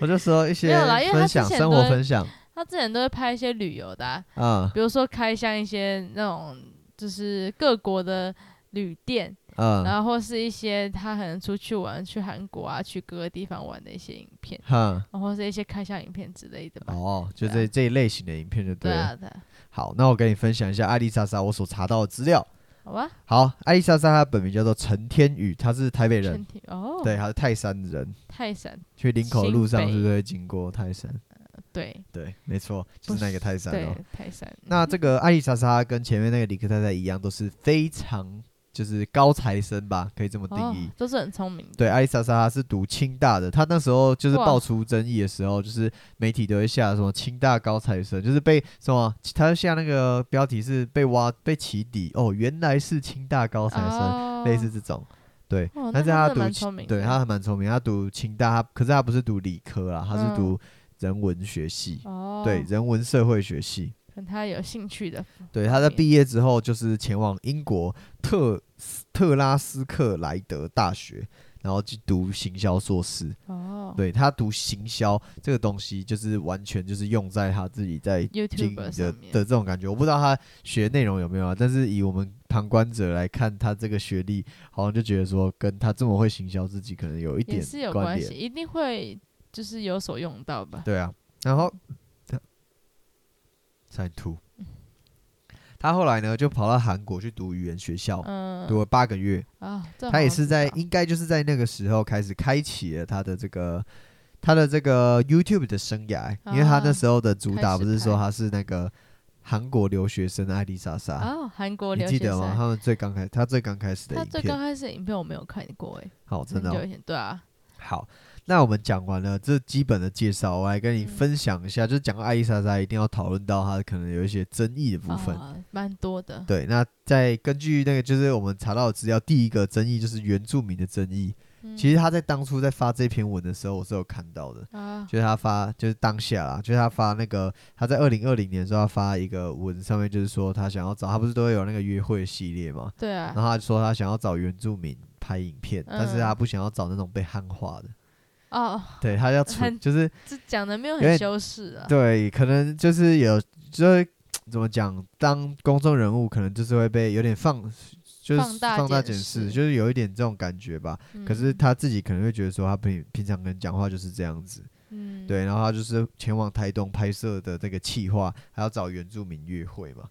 Speaker 1: 我就说
Speaker 2: 啊
Speaker 1: 一
Speaker 2: 没
Speaker 1: 些
Speaker 2: 有啦因为她
Speaker 1: 分
Speaker 2: 之
Speaker 1: 享
Speaker 2: 前
Speaker 1: 生
Speaker 2: 都
Speaker 1: 活
Speaker 2: 会
Speaker 1: 分享
Speaker 2: 他之前都会拍一些旅游的、啊，
Speaker 1: 啊
Speaker 2: 比如说开箱一些那种就是各国的旅店，
Speaker 1: 啊、嗯，
Speaker 2: 然后或是一些他可能出去玩，去韩国啊，去各个地方玩的一些影片，
Speaker 1: 哼，
Speaker 2: 然后是一些开箱影片之类的吧。
Speaker 1: 哦，就
Speaker 2: 对
Speaker 1: 这
Speaker 2: 啊
Speaker 1: 这一类型的影片就对
Speaker 2: 对
Speaker 1: 了。
Speaker 2: 啊，对啊，
Speaker 1: 好，那我跟你分享一下艾丽莎莎我所查到的资料。
Speaker 2: 好吧，
Speaker 1: 好，艾丽莎莎她本名叫做陈天宇，她是台北人
Speaker 2: 身，体哦，
Speaker 1: 对，她是泰山人。
Speaker 2: 泰山，
Speaker 1: 去林口的路上
Speaker 2: 新北
Speaker 1: 是不是会经过泰山？
Speaker 2: 对
Speaker 1: 对，没错，就是那个泰山哦
Speaker 2: 对。，泰山，
Speaker 1: 那这个艾丽莎莎跟前面那个李克太太一样，都是非常就是高材生吧，可以这么定
Speaker 2: 哦
Speaker 1: 义。
Speaker 2: 都是很聪明的。
Speaker 1: 对，艾丽莎莎她是读清大的，她那时候就是
Speaker 2: 哇
Speaker 1: 爆出争议的时候，就是媒体都会下什么清大高材生，就是被什么，她下那个标题是被挖被起底哦，原来是清大高材生，
Speaker 2: 哦
Speaker 1: 类似这种。对，
Speaker 2: 哦
Speaker 1: 但是
Speaker 2: 那真
Speaker 1: 他
Speaker 2: 的
Speaker 1: 读
Speaker 2: 蛮
Speaker 1: 清
Speaker 2: 聪明
Speaker 1: 对
Speaker 2: 的
Speaker 1: 他还蛮聪明，他读清大，他可是他不是读理科啦，他是
Speaker 2: 嗯
Speaker 1: 读人文学系，
Speaker 2: 哦，
Speaker 1: 对，人文社会学系。
Speaker 2: 可能他有兴趣的，
Speaker 1: 对，他在
Speaker 2: 面
Speaker 1: 毕业之后就是前往英国特斯特拉斯克莱德大学，然后去读行销硕士。
Speaker 2: 哦，
Speaker 1: 对他读行销这个东西，就是完全就是用在他自己在经营
Speaker 2: ，YouTube
Speaker 1: 的
Speaker 2: 上
Speaker 1: 的
Speaker 2: 面，
Speaker 1: 这种感觉。我不知道他学内容有没有啊，但是以我们旁观者来看，他这个学历好像就觉得说，跟他这么会行销自己，可能有一
Speaker 2: 也
Speaker 1: 点
Speaker 2: 是有
Speaker 1: 关
Speaker 2: 关系，
Speaker 1: 联。
Speaker 2: 一定会就是有所用到吧。
Speaker 1: 对啊，然后 在吐。他后来呢，就跑到韩国去读语言学校，
Speaker 2: 嗯，
Speaker 1: 读了八个月。
Speaker 2: 啊，这好
Speaker 1: 哦他也
Speaker 2: 像
Speaker 1: 是在
Speaker 2: 知道
Speaker 1: 应该就是在那个时候开始开启了他的这个他的这个 YouTube 的生涯，因为他那时候的主打
Speaker 2: 啊
Speaker 1: 不是说
Speaker 2: 开始拍
Speaker 1: 他是那个韩国留学生艾丽莎莎，
Speaker 2: 哦，韩国
Speaker 1: 你
Speaker 2: 留
Speaker 1: 记
Speaker 2: 学
Speaker 1: 得吗？
Speaker 2: 生，
Speaker 1: 他们最刚开他最刚开始的
Speaker 2: 他
Speaker 1: 影
Speaker 2: 最刚
Speaker 1: 片，
Speaker 2: 开始的影片我没有看过哎，
Speaker 1: 好，真的
Speaker 2: 很
Speaker 1: 哦、
Speaker 2: 久以前，对啊，
Speaker 1: 好。那我们讲完了这基本的介绍，我来跟你
Speaker 2: 嗯
Speaker 1: 分享一下，就是讲到艾丽莎莎，一定要讨论到她可能有一些争议的部分。
Speaker 2: 啊蛮多的，
Speaker 1: 对，那在根据那个就是我们查到的资料，第一个争议就是原住民的争议。
Speaker 2: 嗯
Speaker 1: 其实他在当初在发这篇文的时候，我是有看到的，
Speaker 2: 啊，
Speaker 1: 就是他发就是当下啦，就是他发那个他在二零二零年的时候，他发一个文，上面就是说他想要找他不是都会有那个约会系列嘛，
Speaker 2: 对
Speaker 1: 然
Speaker 2: 啊，
Speaker 1: 后他就说他想要找原住民拍影片，
Speaker 2: 嗯
Speaker 1: 但是他不想要找那种被汉化的，
Speaker 2: 哦，
Speaker 1: 对他要纯
Speaker 2: 很
Speaker 1: 就是
Speaker 2: 这讲的没有
Speaker 1: 有点
Speaker 2: 很修饰啊，
Speaker 1: 对，可能就是有就是怎么讲，当公众人物可能就是会被有点放，就是
Speaker 2: 放大
Speaker 1: 检
Speaker 2: 检
Speaker 1: 视，
Speaker 2: 视
Speaker 1: 就是有一点这种感觉吧。
Speaker 2: 嗯
Speaker 1: 可是他自己可能会觉得说，他平平常跟讲话就是这样子，
Speaker 2: 嗯，嗯，
Speaker 1: 对，然后他就是前往台东拍摄的这个企划，还要找原住民约会嘛。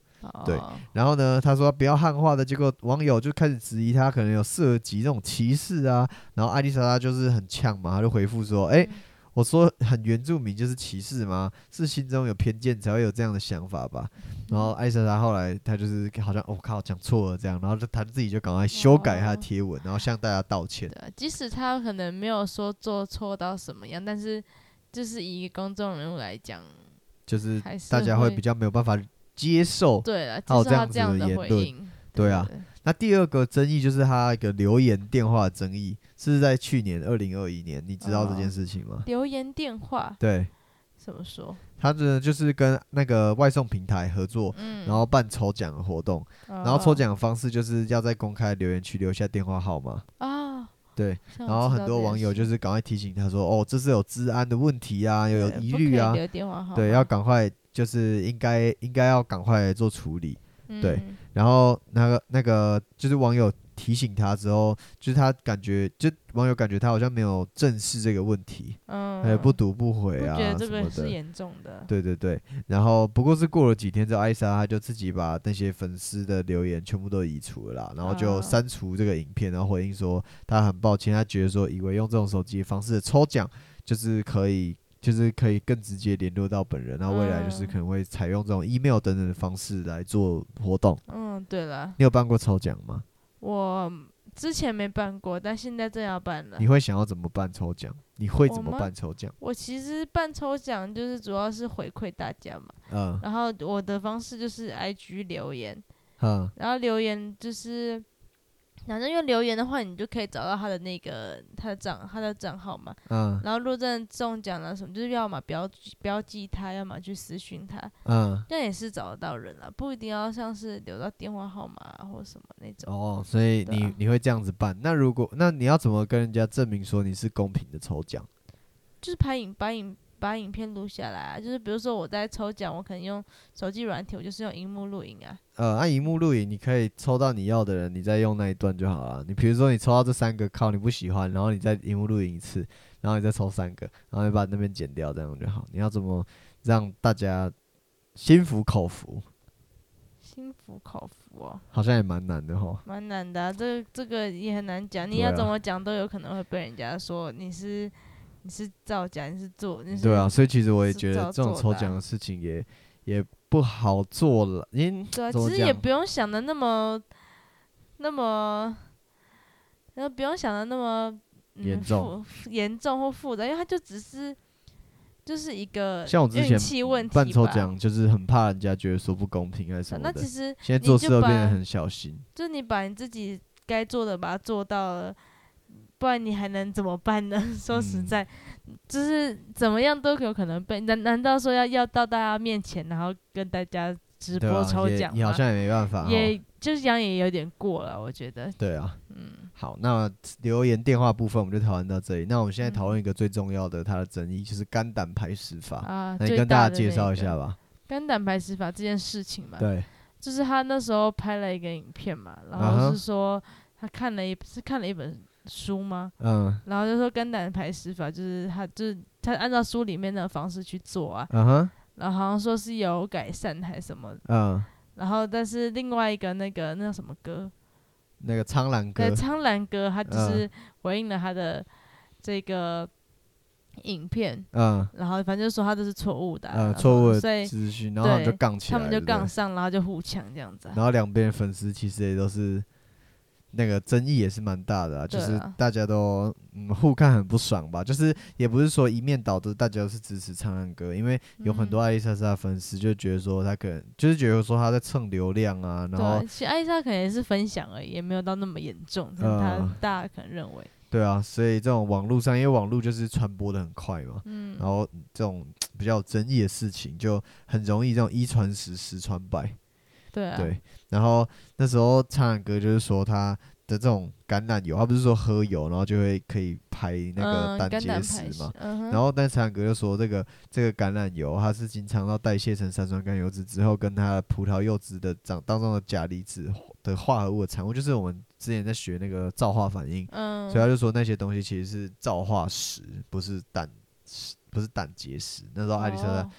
Speaker 1: 对
Speaker 2: 哦
Speaker 1: 然后呢，他说不要汉化的，结果网友就开始质疑他可能有涉及这种歧视啊。然后艾丽莎莎就是很呛嘛，她就回复说：“哎、
Speaker 2: 嗯
Speaker 1: 我说很原住民就是歧视吗？是心中有偏见才会有这样的想法吧？”
Speaker 2: 嗯
Speaker 1: 然后艾丽莎莎后来她就是好像我、哦靠讲错了这样，然后就她自己就赶快修改她的
Speaker 2: 哦
Speaker 1: 贴文，然后向大家道歉。
Speaker 2: 对啊，即使他可能没有说做错到什么样，但是就是以公众人物来讲，
Speaker 1: 就是
Speaker 2: 还是
Speaker 1: 大家会
Speaker 2: 会
Speaker 1: 比较没有办法接受。
Speaker 2: 对了，
Speaker 1: 还有
Speaker 2: 至
Speaker 1: 这
Speaker 2: 少他
Speaker 1: 样子
Speaker 2: 这样
Speaker 1: 的言
Speaker 2: 回
Speaker 1: 论
Speaker 2: 应，
Speaker 1: 对啊那第二个争议就是他一个留言电话的争议，是在去年二零二一年，你知道这件
Speaker 2: 哦
Speaker 1: 事情吗？
Speaker 2: 留言电话
Speaker 1: 对，
Speaker 2: 怎么说？
Speaker 1: 他这就是跟那个外送平台合作，
Speaker 2: 嗯，哦
Speaker 1: 然后办抽奖的活动，
Speaker 2: 然
Speaker 1: 然后抽奖的方式就是要在公开留言区留下电话号码。
Speaker 2: 啊，
Speaker 1: 对，
Speaker 2: 像
Speaker 1: 然后
Speaker 2: 我知
Speaker 1: 很
Speaker 2: 道
Speaker 1: 多
Speaker 2: 这件
Speaker 1: 网友
Speaker 2: 事
Speaker 1: 就是赶快提醒他说：“哦，这是有治安的问题啊，有有
Speaker 2: 对
Speaker 1: 疑
Speaker 2: 不
Speaker 1: 虑
Speaker 2: 可以
Speaker 1: 啊，
Speaker 2: 留哦电话号
Speaker 1: 对，
Speaker 2: 码
Speaker 1: 要赶快就是应该应该要赶快做处理。”对
Speaker 2: 嗯
Speaker 1: 然后那个那个就是网友提醒他之后，就是他感觉就网友感觉他好像没有正视这个问题，
Speaker 2: 嗯，
Speaker 1: 还有不读不
Speaker 2: 不
Speaker 1: 回啊
Speaker 2: 觉得这
Speaker 1: 什么
Speaker 2: 个是
Speaker 1: 的。
Speaker 2: 严重的，
Speaker 1: 对对对，然后不过是过了几天之后，艾莎她就自己把那些粉丝的留言全部都移除了啦，然后就
Speaker 2: 啊
Speaker 1: 删除这个影片，然后回应说她很抱歉，她觉得说以为用这种手机的方式抽奖就是可以，就是可以更直接联络到本人，那未来就是
Speaker 2: 嗯
Speaker 1: 可能会采用这种 email 等等的方式来做活动。
Speaker 2: 嗯，对了，
Speaker 1: 你有办过抽奖吗？
Speaker 2: 我之前没办过，但现在正要办了
Speaker 1: 你。会想要怎么办抽奖？你会怎么
Speaker 2: 我吗
Speaker 1: 办抽奖？
Speaker 2: 我其实办抽奖就是主要是回馈大家嘛，
Speaker 1: 嗯
Speaker 2: 然后我的方式就是 IG 留言，
Speaker 1: 嗯
Speaker 2: 然后留言就是，反正用留言的话，你就可以找到他的那个他的账他的账号嘛。
Speaker 1: 嗯
Speaker 2: 然后若真的中奖了什么，就是要么标记标记他，要么去私讯他，
Speaker 1: 嗯。
Speaker 2: 那也是找得到人啦，不一定要像是留到电话号码、啊、或什么那种。
Speaker 1: 哦，所以
Speaker 2: 对
Speaker 1: 你、
Speaker 2: 啊
Speaker 1: 你会这样子办？那如果那你要怎么跟人家证明说你是公平的抽奖？
Speaker 2: 就是拍影把影把影片录下来啊，就是比如说我在抽奖，我可能用手机软体，我就是用荧幕录影啊。
Speaker 1: 呃，按荧幕录影，你可以抽到你要的人，你再用那一段就好了。你比如说你抽到这三个靠你不喜欢，然后你再荧幕录影一次，然后你再抽三个，然后你把那边剪掉，这样就好。你要怎么让大家心服口服？
Speaker 2: 心服口服哦，
Speaker 1: 好像也蛮难的哈。
Speaker 2: 蛮难的、啊，这个这个也很难讲，你
Speaker 1: 对啊
Speaker 2: 要怎么讲都有可能会被人家说你是你是造假，你是做你是
Speaker 1: 对啊，，所以其实我也觉
Speaker 2: 嗯是
Speaker 1: 得
Speaker 2: 照
Speaker 1: 这种
Speaker 2: 做
Speaker 1: 抽
Speaker 2: 的啊
Speaker 1: 奖的事情也也不好做了，因
Speaker 2: 对啊，
Speaker 1: 怎么
Speaker 2: 其实也
Speaker 1: 讲
Speaker 2: 不用想的那么那么，然后不用想的那么嗯
Speaker 1: 严重
Speaker 2: 复严重或复杂，因为它就只是就是一个
Speaker 1: 像我之前
Speaker 2: 运气问题吧
Speaker 1: 办抽。奖就是很怕人家觉得说不公平还是
Speaker 2: 啊
Speaker 1: 什么
Speaker 2: 那
Speaker 1: 的
Speaker 2: 其。实
Speaker 1: 现在
Speaker 2: 你
Speaker 1: 做
Speaker 2: 就
Speaker 1: 事都变得
Speaker 2: 把
Speaker 1: 很小心。
Speaker 2: 就你把你自己该做的把它做到了，不然你还能怎么办呢？ 说实
Speaker 1: 嗯
Speaker 2: 在，就是怎么样都有可能被难难道说要要到大家面前，然后跟大家直
Speaker 1: 对
Speaker 2: 播
Speaker 1: 啊，
Speaker 2: 抽
Speaker 1: 也
Speaker 2: 奖
Speaker 1: 也好
Speaker 2: 吗？
Speaker 1: 像也没办法。哦
Speaker 2: 也就是这样也有点过了，我觉得。
Speaker 1: 对啊，嗯，好，那留言电话部分我们就讨论到这里。那我们现在讨论一个最重要的它的争议，就是肝胆排石法。
Speaker 2: 嗯啊，
Speaker 1: 那你
Speaker 2: 最
Speaker 1: 跟大
Speaker 2: 大
Speaker 1: 家
Speaker 2: 的
Speaker 1: 介
Speaker 2: 那
Speaker 1: 绍
Speaker 2: 个啊
Speaker 1: 一下吧。
Speaker 2: 肝胆排石法这件事情嘛，
Speaker 1: 对，
Speaker 2: 就是他那时候拍了一个影片嘛，然
Speaker 1: 啊哈
Speaker 2: 后是说他看了一是看了一本书吗？
Speaker 1: 嗯，
Speaker 2: 然后就说肝胆排石法就是他就是他按照书里面的方式去做啊，
Speaker 1: 嗯哼，
Speaker 2: 然后好像说是有改善还是什么，
Speaker 1: 嗯，
Speaker 2: 然后但是另外一个那个那叫什么歌，
Speaker 1: 那个苍兰哥
Speaker 2: 对，，苍兰哥他就
Speaker 1: 嗯
Speaker 2: 是回应了他的这个影片，
Speaker 1: 嗯
Speaker 2: 然后反正就说他这是错误的啊、
Speaker 1: 呃，
Speaker 2: 然后
Speaker 1: 错误
Speaker 2: 啊所
Speaker 1: 的
Speaker 2: 以
Speaker 1: 资讯，然后他们就
Speaker 2: 对
Speaker 1: 杠起来，
Speaker 2: 他们就
Speaker 1: 对不对
Speaker 2: 杠上，然后就互呛这样子、啊。
Speaker 1: 然后两边的粉丝其实也都是那个争议也是蛮大的、啊，就
Speaker 2: 对
Speaker 1: 是
Speaker 2: 啊
Speaker 1: 大家都嗯互看很不爽吧，就是也不是说一面倒的，大家都是支持唱唱歌，因为有很多
Speaker 2: 嗯
Speaker 1: 艾丽莎莎的粉丝就觉得说他可能就是觉得说他在蹭流量啊，然
Speaker 2: 对啊
Speaker 1: 后，
Speaker 2: 其实艾莎可能也是分享而已，也没有到那么严重，像他、
Speaker 1: 嗯
Speaker 2: 大家可能认为。
Speaker 1: 对啊，所以这种网络上因为网络就是传播的很快嘛，
Speaker 2: 嗯
Speaker 1: 然，后这种比较有争议的事情就很容易这种一传十，十传百。
Speaker 2: 对啊，
Speaker 1: 对，然后那时候唱的歌就是说他的这种橄榄油，他不是说喝油然后就会可以排那个
Speaker 2: 嗯
Speaker 1: 胆
Speaker 2: 肝
Speaker 1: 结
Speaker 2: 胆
Speaker 1: 石
Speaker 2: 排石
Speaker 1: 嘛。，
Speaker 2: 嗯哼
Speaker 1: 然后，但是唱歌就说这个这个橄榄油，它是经常要代谢成三酸甘油脂之后，跟它的葡萄柚汁的长当中的钾离子的化合物的产物，就是我们之前在学那个皂化反应，
Speaker 2: 嗯，
Speaker 1: 所以他就说那些东西其实是皂化石，不是胆石，不是胆结石。那时候艾丽莎莎
Speaker 2: 哦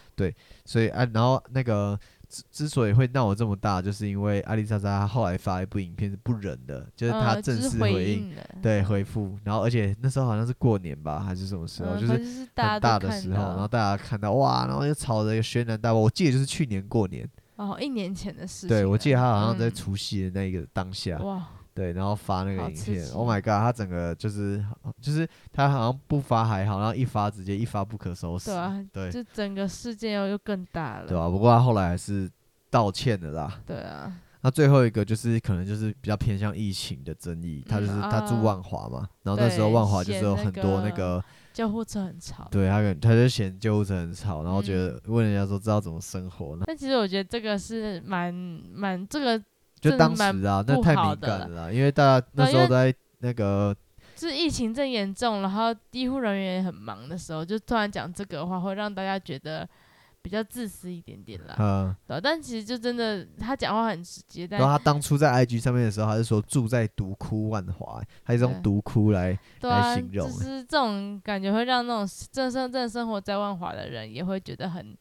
Speaker 1: 所以啊，然后那个之之所以会闹得这么大，就是因为艾丽莎莎她后来发一部影片是不忍的，就是
Speaker 2: 嗯
Speaker 1: 她
Speaker 2: 就
Speaker 1: 正
Speaker 2: 是
Speaker 1: 式
Speaker 2: 回
Speaker 1: 回应，
Speaker 2: 应的，
Speaker 1: 对回复，然后而且那时候好像是过年吧，还是什么时候，
Speaker 2: 嗯
Speaker 1: 就
Speaker 2: 反
Speaker 1: 是
Speaker 2: 正是大家都
Speaker 1: 很大的
Speaker 2: 看
Speaker 1: 时候，
Speaker 2: 到
Speaker 1: 然后大家看到哇，然后就吵着一个轩然大波。我记得就是去年过年，
Speaker 2: 哦，一年前的事情了。
Speaker 1: 对我记得她好像在啊
Speaker 2: 嗯
Speaker 1: 除夕的那一个当下，
Speaker 2: 哇，
Speaker 1: 对，然后发那个
Speaker 2: 好
Speaker 1: 影
Speaker 2: 刺
Speaker 1: 片
Speaker 2: 激
Speaker 1: ，Oh my god，她整个就是就是她好像不发还好，然后一发直接一发不可收拾，
Speaker 2: 对啊，
Speaker 1: 对
Speaker 2: 就整个事件又又更大了。
Speaker 1: 对啊吧、不过她后来还是道歉的啦。
Speaker 2: 对啊，
Speaker 1: 那最后一个就是可能就是比较偏向疫情的争议，他就是
Speaker 2: 嗯
Speaker 1: 他住
Speaker 2: 啊
Speaker 1: 万华嘛，然后那
Speaker 2: 对
Speaker 1: 时候万华就是
Speaker 2: 嫌
Speaker 1: 有
Speaker 2: 那
Speaker 1: 很多那
Speaker 2: 个
Speaker 1: 个，
Speaker 2: 救护车很吵。
Speaker 1: 对他可能他就嫌救护车很吵，然后觉
Speaker 2: 嗯
Speaker 1: 得问人家说知道怎么生活呢，
Speaker 2: 但其实我觉得这个是蛮蛮这个
Speaker 1: 就
Speaker 2: 真的
Speaker 1: 当时
Speaker 2: 蛮
Speaker 1: 啊那
Speaker 2: 不
Speaker 1: 太
Speaker 2: 好
Speaker 1: 敏
Speaker 2: 的
Speaker 1: 感
Speaker 2: 了
Speaker 1: 了啦，因为大家那
Speaker 2: 对
Speaker 1: 时候
Speaker 2: 因
Speaker 1: 都
Speaker 2: 为
Speaker 1: 在那个
Speaker 2: 就是疫情正严重，然后医护人员也很忙的时候，就突然讲这个的话，会让大家觉得比较自私一点点啦。
Speaker 1: 呃，
Speaker 2: 对啊，但其实就真的他讲话很直接，但
Speaker 1: 然后他当初在 IG 上面的时候，他是说住在独窟万华，他是用
Speaker 2: 对
Speaker 1: 独窟来
Speaker 2: 对
Speaker 1: 来
Speaker 2: 啊，
Speaker 1: 形容
Speaker 2: 就
Speaker 1: 欸
Speaker 2: 是这种感觉会让那种正生正生活在万华的人也会觉得很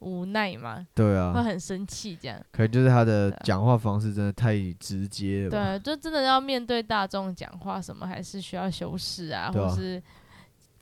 Speaker 2: 无奈嘛，
Speaker 1: 对
Speaker 2: 会
Speaker 1: 啊，
Speaker 2: 很生气这样。
Speaker 1: 可能就是他的
Speaker 2: 对啊
Speaker 1: 讲话方式真的太直接了吧，
Speaker 2: 对，啊就真的要面对大众讲话什么，还是需要修饰啊，
Speaker 1: 对啊
Speaker 2: 或是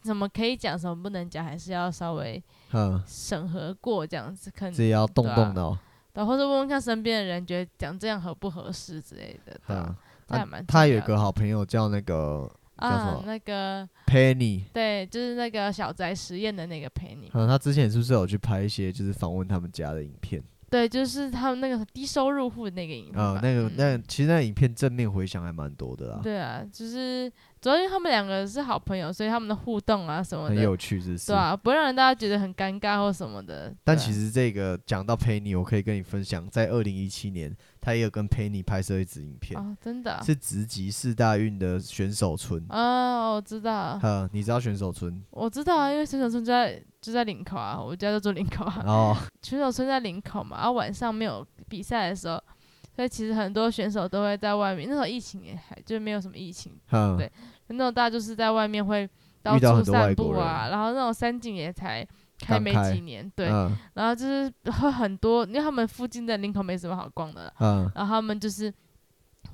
Speaker 2: 什么可以讲，什么不能讲，还是要稍微
Speaker 1: 嗯，
Speaker 2: 审核过这样子，可
Speaker 1: 自
Speaker 2: 能
Speaker 1: 己要动
Speaker 2: 对啊
Speaker 1: 动脑。
Speaker 2: 对，或者问问看身边的人，觉得讲这样合不合适之类的，对
Speaker 1: 嗯
Speaker 2: 啊，这
Speaker 1: 啊
Speaker 2: 还蛮
Speaker 1: 他
Speaker 2: 重
Speaker 1: 有
Speaker 2: 要
Speaker 1: 个好朋友叫那个叫什
Speaker 2: 啊
Speaker 1: 么，
Speaker 2: 那个
Speaker 1: Penny，
Speaker 2: 对，就是那个小宅实验的那个陪你，
Speaker 1: 嗯，他之前是不是有去拍一些就是访问他们家的影片？
Speaker 2: 对，就是他们那个低收入户的那个影片
Speaker 1: 啊、
Speaker 2: 吧，
Speaker 1: 那个
Speaker 2: 嗯
Speaker 1: 那其实那影片正面回响还蛮多的啦。
Speaker 2: 对啊，就是主要因为他们两个是好朋友，所以他们的互动啊什么
Speaker 1: 很
Speaker 2: 的，
Speaker 1: 有趣，这是
Speaker 2: 对。啊，不会让人大家觉得很尴尬或什么的。
Speaker 1: 但
Speaker 2: 对啊
Speaker 1: 其实这个讲到 Penny，我可以跟你分享，在二零一七年，他也有跟 Penny 拍摄一支影片，
Speaker 2: 哦，真的啊
Speaker 1: 是直击四大运的选手村。
Speaker 2: 啊，我知道，
Speaker 1: 呃，你知道选手村？
Speaker 2: 我知道啊，因为选手村就在就在林口啊，我家就住林口啊。
Speaker 1: 然 后
Speaker 2: 选手村在林口嘛，然、后晚上没有比赛的时候，所以其实很多选手都会在外面。那时候疫情也还就没有什么疫情，
Speaker 1: 嗯，
Speaker 2: 对那种大家就是在外面会到
Speaker 1: 遇到
Speaker 2: 处
Speaker 1: 很多
Speaker 2: 散
Speaker 1: 外国
Speaker 2: 步啊，
Speaker 1: 人
Speaker 2: 然后那种山景也才开
Speaker 1: 刚
Speaker 2: 没
Speaker 1: 开
Speaker 2: 几年，对，
Speaker 1: 嗯
Speaker 2: 然后就是会很多，因为他们附近的林口没什么好逛的啦，
Speaker 1: 嗯
Speaker 2: 然后他们就是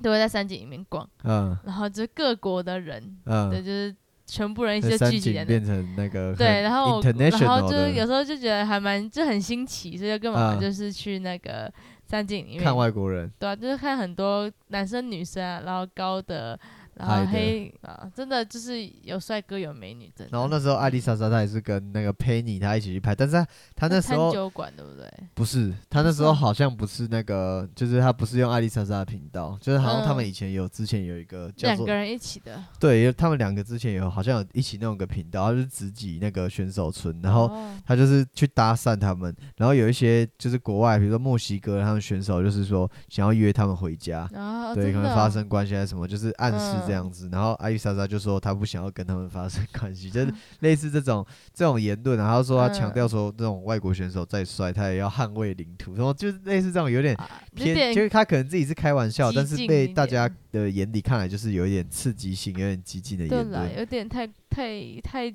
Speaker 2: 都会在山景里面逛，
Speaker 1: 嗯
Speaker 2: 然后就是各国的人，对，
Speaker 1: 嗯，
Speaker 2: 就是全部人一
Speaker 1: 那
Speaker 2: 起
Speaker 1: 三
Speaker 2: 聚集在
Speaker 1: 井
Speaker 2: 那。
Speaker 1: 变成那个
Speaker 2: 对，
Speaker 1: 很
Speaker 2: 然后我然
Speaker 1: international
Speaker 2: 后就是有
Speaker 1: 的
Speaker 2: 时候就觉得还蛮就很新奇，所以就跟我
Speaker 1: 嗯
Speaker 2: 们就是去那个山景里面
Speaker 1: 看外国人，
Speaker 2: 对啊，就是看很多男生女生啊，然后高的，然
Speaker 1: 矮
Speaker 2: 后
Speaker 1: 的
Speaker 2: 黑啊，真的就是有帅哥有美女，真的。
Speaker 1: 然后那时候艾丽莎莎她也是跟那个 Penny 她一起去拍，但是她她那时
Speaker 2: 餐
Speaker 1: 候
Speaker 2: 酒馆对不对？
Speaker 1: 不是，她那时候好像不是那个，就是她不是用艾丽莎莎的频道，就是好像他们
Speaker 2: 嗯
Speaker 1: 以前有之前有一个叫
Speaker 2: 两
Speaker 1: 做
Speaker 2: 个人一起的。
Speaker 1: 对，因为他们两个之前有好像有一起弄个频道，他就是直击那个选手村，然后
Speaker 2: 哦
Speaker 1: 他就是去搭讪他们，然后有一些就是国外，比如说墨西哥他们选手，就是说想要约他们回家，
Speaker 2: 啊，
Speaker 1: 对，
Speaker 2: 真
Speaker 1: 可
Speaker 2: 的
Speaker 1: 能
Speaker 2: 哦
Speaker 1: 发生关系还是什么，就是暗示
Speaker 2: 嗯
Speaker 1: 这样子。然后艾丽莎莎就说她不想要跟他们发生关系， 就是类似这种这种言论啊，然后说
Speaker 2: 嗯
Speaker 1: 她强调说这种外国选手再帅，他也要捍卫领土，然后就是类似这种有点
Speaker 2: 啊有
Speaker 1: 偏，
Speaker 2: 点
Speaker 1: 就是他可能自己是开玩笑，
Speaker 2: 激
Speaker 1: 但是
Speaker 2: 进
Speaker 1: 被
Speaker 2: 一
Speaker 1: 大家
Speaker 2: 点
Speaker 1: 的眼里看来就是有一点刺激性、有点激进的
Speaker 2: 对
Speaker 1: 言
Speaker 2: 啦，
Speaker 1: 论。
Speaker 2: 有点太太太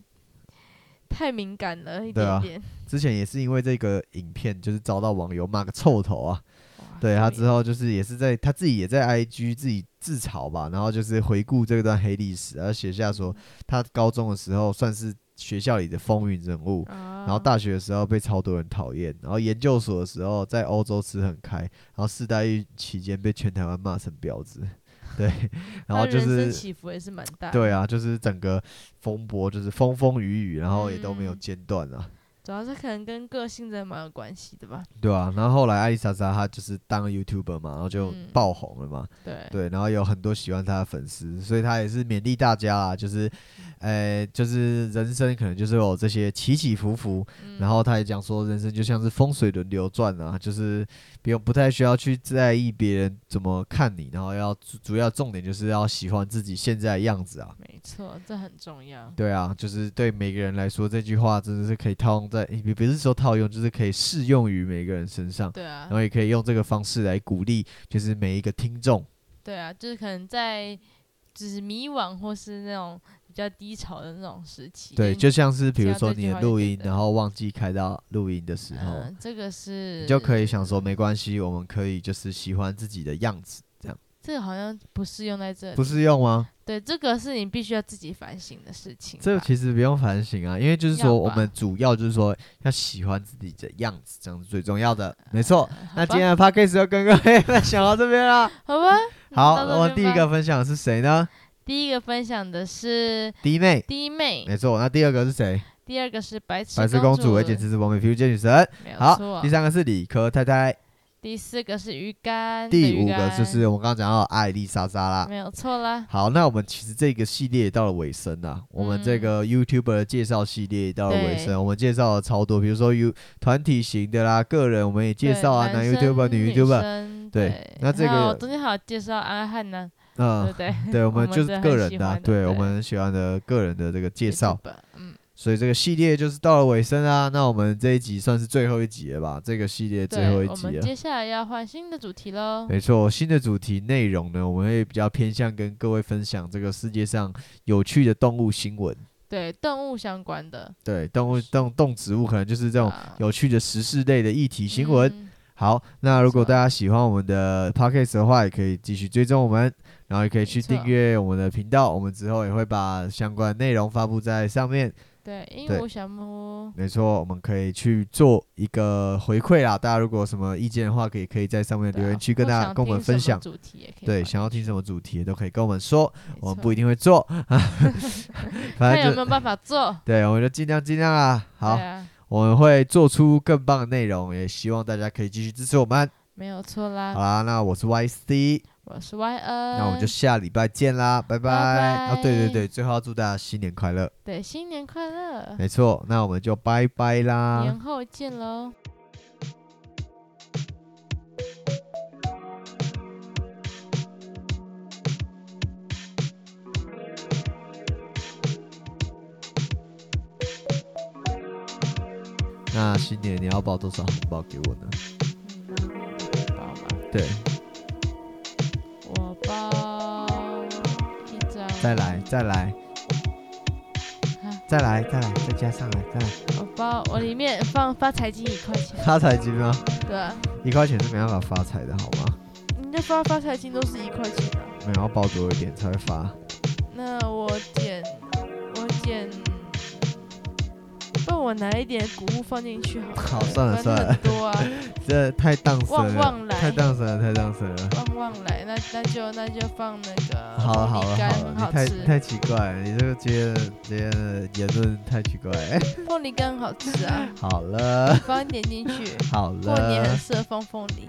Speaker 2: 太敏感了一
Speaker 1: 对啊
Speaker 2: 点点。
Speaker 1: 之前也是因为这个影片，就是遭到网友骂个臭头啊。
Speaker 2: 哇
Speaker 1: 对他
Speaker 2: 所以
Speaker 1: 之后就是也是在他自己也在 IG 自己自嘲吧，然后就是回顾这段黑历史，然后写下
Speaker 2: 嗯
Speaker 1: 说他高中的时候算是学校里的风云人物，
Speaker 2: 啊，
Speaker 1: 然后大学的时候被超多人讨厌，然后研究所的时候在欧洲吃很开，然后四代一期间被全台湾骂成婊子， 对，然
Speaker 2: 他
Speaker 1: 后就
Speaker 2: 人生
Speaker 1: 是
Speaker 2: 起伏也是蛮大。，
Speaker 1: 对啊，就是整个风波就是风风雨雨，然后也都没有
Speaker 2: 嗯
Speaker 1: 间断啊。
Speaker 2: 主要是可能跟个性真的蛮有关系的吧。
Speaker 1: 对啊，然后后来艾丽莎莎她就是当了 YouTuber 嘛，然后就
Speaker 2: 嗯
Speaker 1: 爆红了嘛，
Speaker 2: 对，
Speaker 1: 对，然后有很多喜欢他的粉丝，所以他也是勉励大家啦，就是，呃，就是人生可能就是有这些起起伏伏，
Speaker 2: 嗯
Speaker 1: 然后他也讲说，人生就像是风水轮流转啊，就是不用不太需要去在意别人怎么看你，然后要主主要重点就是要喜欢自己现在的样子啊。
Speaker 2: 没错，这很重要。
Speaker 1: 对啊，就是对每个人来说，这句话真的是可以套用在，也不是说套用，就是可以适用于每个人身上，
Speaker 2: 对啊
Speaker 1: 然，后也可以用这个方式来鼓励，就是每一个听众。
Speaker 2: 对啊，就是可能在就是迷惘或是那种比较低潮的那种时期。
Speaker 1: 对，就像是比
Speaker 2: 这
Speaker 1: 如
Speaker 2: 样
Speaker 1: 说
Speaker 2: 对就
Speaker 1: 你的
Speaker 2: 好一
Speaker 1: 录
Speaker 2: 点
Speaker 1: 音，
Speaker 2: 的
Speaker 1: 然后忘记开到录音的时候，
Speaker 2: 嗯，这个是
Speaker 1: 你就哦可以想说没关系，我们可以就是喜欢自己的样子，这样
Speaker 2: 这个好像不适用在这里。
Speaker 1: 不适用吗？
Speaker 2: 对，这个是你必须要自己反省的事情吧。
Speaker 1: 这个其实不用反省啊，因为就是说
Speaker 2: 要
Speaker 1: 我
Speaker 2: 吧
Speaker 1: 们主要就是说要喜欢自己的样子，这样是最重要的，没错。
Speaker 2: 嗯好
Speaker 1: 那
Speaker 2: 吧
Speaker 1: 今天的 podcast 就跟各位 分享到这边啦。
Speaker 2: 好吧，
Speaker 1: 好，
Speaker 2: 到这
Speaker 1: 我们第
Speaker 2: 边
Speaker 1: 一
Speaker 2: 吧
Speaker 1: 个分享的是谁呢？
Speaker 2: 第一个分享的是
Speaker 1: 弟妹，
Speaker 2: 弟妹，
Speaker 1: 没错。那第二个是谁？
Speaker 2: 第二个是白痴
Speaker 1: 白雪公主，而且是完美 f u 女神。
Speaker 2: 没有
Speaker 1: 好，
Speaker 2: 错
Speaker 1: 第，三个是理科太太，
Speaker 2: 第四个是鱼竿，
Speaker 1: 第
Speaker 2: 的鱼
Speaker 1: 五个就
Speaker 2: 竿
Speaker 1: 是我们刚刚讲到的艾丽莎莎啦。
Speaker 2: 没有错啦。
Speaker 1: 好，那我们其实这个系列也到了尾声啦。我们这个 YouTuber 的介绍系列也到了
Speaker 2: 嗯
Speaker 1: 尾
Speaker 2: 对
Speaker 1: 声，我们介绍了超多，比如说 U 团体型的啦，个人我们也介
Speaker 2: 对
Speaker 1: 绍啊，男
Speaker 2: 男
Speaker 1: YouTuber、
Speaker 2: 生女
Speaker 1: YouTuber，
Speaker 2: 生
Speaker 1: 对那这个
Speaker 2: 还有
Speaker 1: 有
Speaker 2: 中间还有介绍阿汉呢，对
Speaker 1: 嗯
Speaker 2: 不，对？
Speaker 1: 对，我
Speaker 2: 我
Speaker 1: 们
Speaker 2: 们
Speaker 1: 就是
Speaker 2: 真的
Speaker 1: 个
Speaker 2: 很
Speaker 1: 人
Speaker 2: 喜
Speaker 1: 的啊，
Speaker 2: 欢的
Speaker 1: 对我
Speaker 2: 对
Speaker 1: 们喜欢的个人的这个 介 绍，
Speaker 2: 吧，嗯，
Speaker 1: 所以这个系列就是到了尾声啊。那我们这一集算是最后一集了吧？这个系列最
Speaker 2: 对，
Speaker 1: 后一
Speaker 2: 我
Speaker 1: 集啊
Speaker 2: 们
Speaker 1: 了。
Speaker 2: 接下来要换新的主题喽。
Speaker 1: 没错，新的主题内容呢，我们会比较偏向跟各位分享这个世界上有趣的动物新闻。
Speaker 2: 对，动物相关的
Speaker 1: 对，动物动动植物可能就是这种
Speaker 2: 啊
Speaker 1: 有趣的时事类的议题新闻。
Speaker 2: 嗯
Speaker 1: 好，那如果
Speaker 2: 没错
Speaker 1: 大家喜欢我们的 podcast 的话，也可以继续追踪我们，然后也可以去
Speaker 2: 没错
Speaker 1: 订阅我们的频道，我们之后也会把相关内容发布在上面。
Speaker 2: 对，鹦
Speaker 1: 对
Speaker 2: 鹉小木屋，
Speaker 1: 没错，我们可以去做一个回馈啦。大家如果有什么意见的话，可以可以在上面
Speaker 2: 对啊
Speaker 1: 留言区
Speaker 2: 或
Speaker 1: 跟大家
Speaker 2: 想
Speaker 1: 跟我们
Speaker 2: 听什
Speaker 1: 分
Speaker 2: 么
Speaker 1: 享。
Speaker 2: 主题也可以
Speaker 1: 对，
Speaker 2: 换
Speaker 1: 想要听什么主题都可以跟我们说，
Speaker 2: 没
Speaker 1: 我们
Speaker 2: 错
Speaker 1: 不一定会做，反
Speaker 2: 看有
Speaker 1: 正
Speaker 2: 没
Speaker 1: 就
Speaker 2: 有办法做。
Speaker 1: 对，我们就尽量尽量啦。 好
Speaker 2: 对，啊，
Speaker 1: 我们会做出更棒的内容，也希望大家可以继续支持我们。
Speaker 2: 没有错
Speaker 1: 好
Speaker 2: 啦。
Speaker 1: 啦，那我是 YC，
Speaker 2: 我是 Y N，
Speaker 1: 那我们就下礼拜见啦，拜拜。
Speaker 2: 拜
Speaker 1: 啊，对对
Speaker 2: 拜
Speaker 1: 对，最后要祝大家新年快乐，
Speaker 2: 对新年快乐，
Speaker 1: 没错，那我们就拜拜啦。
Speaker 2: 年后见喽。
Speaker 1: 那新年你要包多少红包给我呢？
Speaker 2: 你帮我包吧，
Speaker 1: 对，
Speaker 2: 我包一张，
Speaker 1: 再来，再来
Speaker 2: 啊，
Speaker 1: 再来，再来，再加上来，再来。
Speaker 2: 我包我里面放发财金一块钱，
Speaker 1: 发财金吗？
Speaker 2: 对啊，
Speaker 1: 一块钱是没办法发财的，好吗？
Speaker 2: 你那发发财金都是一块钱啊。
Speaker 1: 没有要包多一点才会发。
Speaker 2: 那我捡，我捡，不然我拿一点谷物放进去好了。
Speaker 1: 好算了
Speaker 2: 反正
Speaker 1: 算了
Speaker 2: 很多 啊，
Speaker 1: 这太荡
Speaker 2: 旺
Speaker 1: 神了
Speaker 2: 旺，来
Speaker 1: 太荡神了，太荡神了。
Speaker 2: 旺旺来，那那就那就放那个
Speaker 1: 好了好
Speaker 2: 火
Speaker 1: 了
Speaker 2: 力干，
Speaker 1: 好
Speaker 2: 很好
Speaker 1: 了，你太
Speaker 2: 吃。
Speaker 1: 太奇怪了，你这个今天的今天的言论太奇怪。哎
Speaker 2: 凤梨干很好吃啊，
Speaker 1: 好了
Speaker 2: 放一点进去。
Speaker 1: 好
Speaker 2: 过年很
Speaker 1: 了，
Speaker 2: 适合放凤梨。